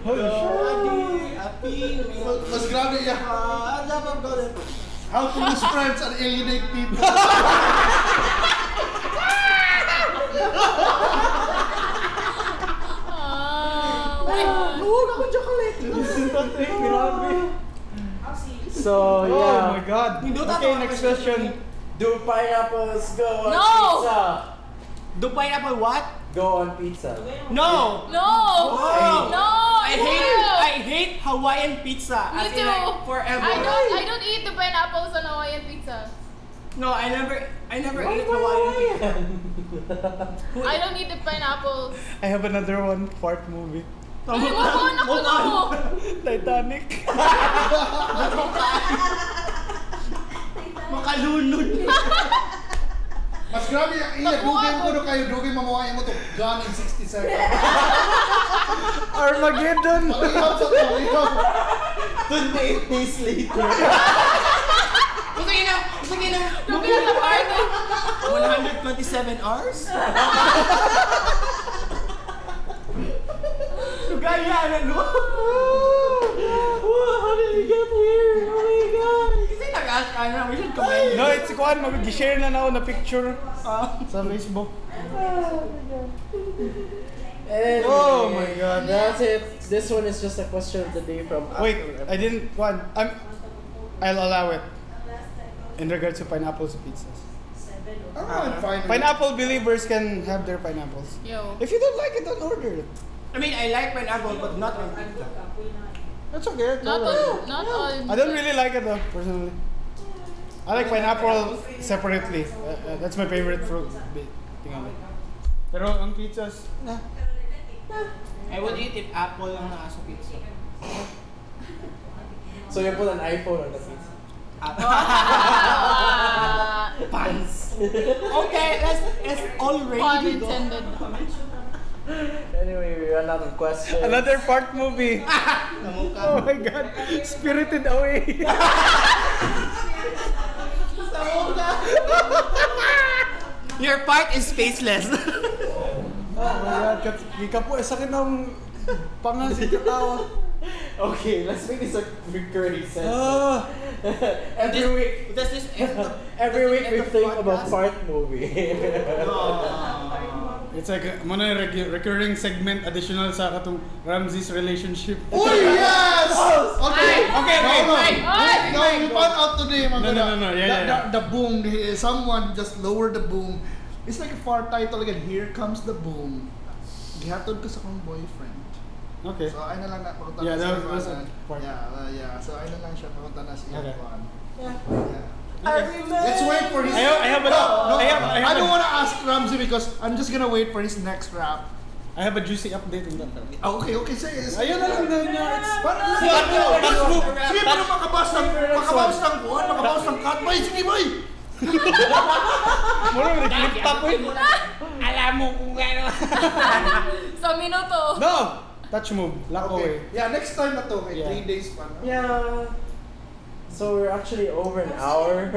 Speaker 3: Holy shit.
Speaker 2: Daddy, a female.
Speaker 1: Mas- Mas grabe yan.
Speaker 2: Ah, I love of golden.
Speaker 1: How to lose friends and alienate people.
Speaker 9: Ah, why?
Speaker 2: So,
Speaker 3: Oh
Speaker 2: yeah.
Speaker 3: my god. Okay, next question.
Speaker 2: Do pineapples go on
Speaker 9: No!
Speaker 2: pizza?
Speaker 6: Do pineapple what?
Speaker 2: Go on pizza.
Speaker 6: No!
Speaker 9: No!
Speaker 2: Wow.
Speaker 9: No!
Speaker 6: I hate I hate Hawaiian pizza.
Speaker 9: Me
Speaker 6: As in,
Speaker 9: too.
Speaker 6: like, forever.
Speaker 9: I don't. I don't eat the pineapples on Hawaiian pizza.
Speaker 6: No, I never I never ate Hawaiian pizza.
Speaker 2: (laughs)
Speaker 9: I don't eat the pineapples.
Speaker 3: I have another one. Fart movie. (laughs)
Speaker 9: Ay, wag ko na
Speaker 6: Hold on.
Speaker 9: ko.
Speaker 3: Titanic.
Speaker 6: Makalunod.
Speaker 1: Mas grabe yung iya. Dugay mo na kayo. Dugay mamuhay mo to. Gone in 60 seconds.
Speaker 3: Armageddon.
Speaker 1: Palihog sa to. oh, Palihog.
Speaker 6: (laughs)
Speaker 2: 28 days later.
Speaker 6: Gusto niyo na, gusto niyo na.
Speaker 9: Grabe na sa party.
Speaker 6: 127 hours?
Speaker 2: Gaya na, no? Wow, how did we get here? Oh my god. Kasi nag-ask ka na, we should comment.
Speaker 3: No, it's kuan. Mag-share na na ako na picture sa Facebook.
Speaker 2: Anyway,
Speaker 3: Oh my God.
Speaker 2: That's it. This one is just a question of the day from
Speaker 3: Wait, I didn't want. I'm. I'll allow it. In regards to pineapples and pizzas,
Speaker 1: I'm not fine with it.
Speaker 3: Ah, pineapple believers can have their pineapples.
Speaker 9: Yo.
Speaker 3: If you don't like it, don't order it.
Speaker 6: I mean, I like pineapple but not on pizza.
Speaker 3: That's okay. it's
Speaker 9: Not
Speaker 3: alright.
Speaker 9: all. Not all.
Speaker 3: I don't really like it though, personally. I like pineapple separately. Uh, uh, that's my favorite fruit. Di- Tingnan mo. Pero ang pizzas, nah.
Speaker 6: I would eat if apple ang nasa pizza.
Speaker 2: So you put an iPhone on the pizza.
Speaker 9: Ah,
Speaker 6: (laughs) Pants. okay, let's let's
Speaker 9: pun
Speaker 6: already go.
Speaker 9: intended.
Speaker 2: Anyway, we run out of questions.
Speaker 3: another fart movie. oh my god, Spirited Away.
Speaker 6: Your part is (laughs) faceless.
Speaker 3: oh my god, kat- kika po, eh, sakit ng pangas yung katawa.
Speaker 2: (laughs) Okay, let's make this a recurring sentence.
Speaker 3: Ah,
Speaker 6: every
Speaker 2: this-
Speaker 6: week,
Speaker 5: Does this end the,
Speaker 2: every week
Speaker 5: does it end
Speaker 2: we
Speaker 5: the
Speaker 2: think about
Speaker 5: podcast?
Speaker 2: part movie. (laughs)
Speaker 5: Ah.
Speaker 3: It's like a, mo na yung regu- recurring segment additional sa katong Ramsey's relationship.
Speaker 1: Uy, yes! Okay, okay,
Speaker 3: No,
Speaker 1: okay,
Speaker 3: no.
Speaker 1: fine.
Speaker 9: Ay,
Speaker 1: No, we found out today, mga
Speaker 3: No,
Speaker 1: kuya,
Speaker 3: no, no, no,
Speaker 1: the,
Speaker 3: yeah,
Speaker 1: the,
Speaker 3: yeah, yeah.
Speaker 1: the boom, eh, someone just lowered the boom. It's like a far title again, Here Comes the Boom. Gihatod ko sa kong boyfriend.
Speaker 3: Okay.
Speaker 1: So, ayun na lang na, pakunta
Speaker 3: Yeah,
Speaker 1: na sa
Speaker 3: that was-
Speaker 1: iwanan.
Speaker 3: was a-
Speaker 1: Yeah, uh, yeah. So, ayun na lang siya, pakunta na sa
Speaker 3: Okay.
Speaker 1: iwanan.
Speaker 10: Yeah.
Speaker 1: Yeah. Let's wait for his...
Speaker 3: I have, I have a,
Speaker 1: No,
Speaker 3: I have, I
Speaker 1: I
Speaker 3: have
Speaker 1: don't
Speaker 3: a-
Speaker 1: wanna ask Ramsey because I'm just gonna wait for his next rap.
Speaker 3: I have a juicy update on that.
Speaker 1: Ah, okay, okay, say it.
Speaker 3: Ayun na lang na niya. It's
Speaker 1: Paano lang
Speaker 2: Sige,
Speaker 1: ito? Mas
Speaker 2: ano, ano,
Speaker 1: move.
Speaker 2: ano,
Speaker 1: Sige, pero makabawas ng, makabawas ng buwan, makabawas ng cut. Boy, sige, boy!
Speaker 3: Moro na clip top
Speaker 9: (laughs)
Speaker 3: eh.
Speaker 9: Sa minuto.
Speaker 3: No! Touch move. Lock away.
Speaker 1: Yeah, next time na to. Okay,
Speaker 3: Yeah.
Speaker 1: three days pa. no?
Speaker 2: yeah. So we're actually over an hour. (laughs)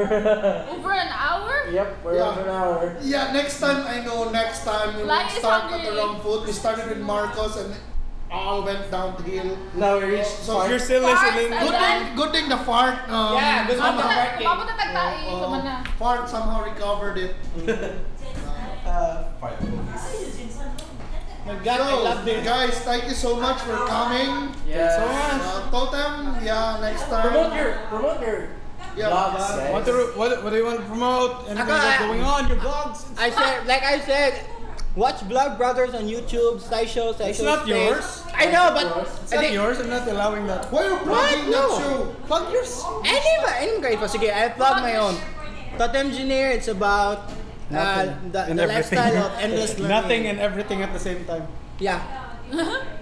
Speaker 9: Over an hour?
Speaker 2: yep, we're
Speaker 1: Yeah.
Speaker 2: over an hour.
Speaker 1: Yeah, next time, I know next time we will
Speaker 9: Life is
Speaker 1: start at the
Speaker 9: hungry.
Speaker 1: wrong foot. We started with Marcos and all went downhill.
Speaker 2: Now we reached
Speaker 1: So,
Speaker 3: If
Speaker 2: part
Speaker 3: you're still listening,
Speaker 9: Parts,
Speaker 1: Good thing, good thing the fart. Um,
Speaker 6: Yeah, good
Speaker 1: somehow-
Speaker 6: thing the fart.
Speaker 9: Papunta tagtai.
Speaker 1: Oh,
Speaker 9: Ikaw man na.
Speaker 1: Fart somehow recovered it.
Speaker 2: uh,
Speaker 1: God, so, guys, thank you so much for coming.
Speaker 2: yes.
Speaker 1: Uh, totem, yeah, next time.
Speaker 2: Promote your promote your
Speaker 1: Yeah.
Speaker 2: blogs, guys.
Speaker 3: what, do, what, what do you want to promote? Anything
Speaker 6: Ako,
Speaker 9: uh,
Speaker 3: that's
Speaker 6: I-
Speaker 3: going on? Your blogs?
Speaker 6: I said, like I said, watch Vlog Brothers on YouTube, Sideshow, Sideshow.
Speaker 3: It's not
Speaker 6: Space.
Speaker 3: yours.
Speaker 6: I know, but
Speaker 3: It's
Speaker 6: I
Speaker 3: not
Speaker 6: think
Speaker 3: yours. I'm not allowing that.
Speaker 1: Why are you plugging that
Speaker 6: No.
Speaker 1: show?
Speaker 3: Plug yours.
Speaker 6: anyway, anyway, pa oh, sige, I plug my own. Totem Engineer, it's about uh,
Speaker 3: Nothing
Speaker 6: the,
Speaker 3: and
Speaker 6: the
Speaker 3: everything. (laughs)
Speaker 6: lifestyle of (laughs) endless learning.
Speaker 3: Nothing and everything at the same time.
Speaker 6: yeah.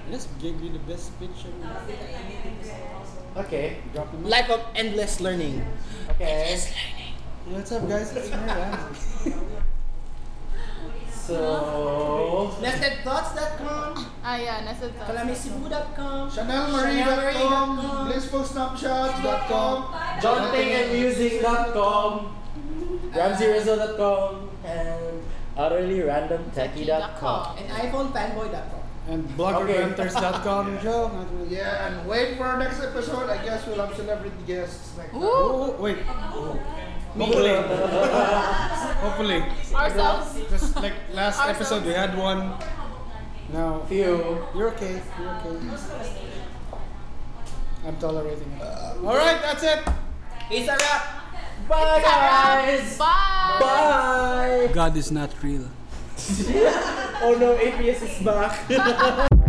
Speaker 3: Let's give you the best picture.
Speaker 2: Okay.
Speaker 3: Drop him.
Speaker 6: Life of endless learning.
Speaker 2: Okay.
Speaker 3: What's up, guys? It's me, Ramsey.
Speaker 2: So
Speaker 6: Nestedthoughts.com,
Speaker 9: Ayan, Ah, nasa to.
Speaker 6: kalamisibu.com,
Speaker 1: ChanelMarie.com, blissfulsnapshots.com.
Speaker 2: JohnThingAndMusic.com, RamseyRizzo.com, and utterlyrandomtechie.com.
Speaker 6: and iPhonefanboy.com.
Speaker 3: (laughs) And
Speaker 2: Okay.
Speaker 3: bloggerrenters.com. Joe, not really.
Speaker 1: Yeah, and wait for our next episode. I guess we'll have celebrity guests next time.
Speaker 3: Oh,
Speaker 9: Ooh,
Speaker 3: wait. Hopefully. Hopefully.
Speaker 9: ourselves.
Speaker 3: Because like last
Speaker 9: Ourselves.
Speaker 3: episode we had one. Now
Speaker 2: Few.
Speaker 3: you're okay. You're okay. I'm tolerating it. All right, that's it.
Speaker 6: It's a wrap.
Speaker 2: Bye guys!
Speaker 9: Bye!
Speaker 2: Bye! (laughs)
Speaker 3: God is not real.
Speaker 2: Oh no, APS is back!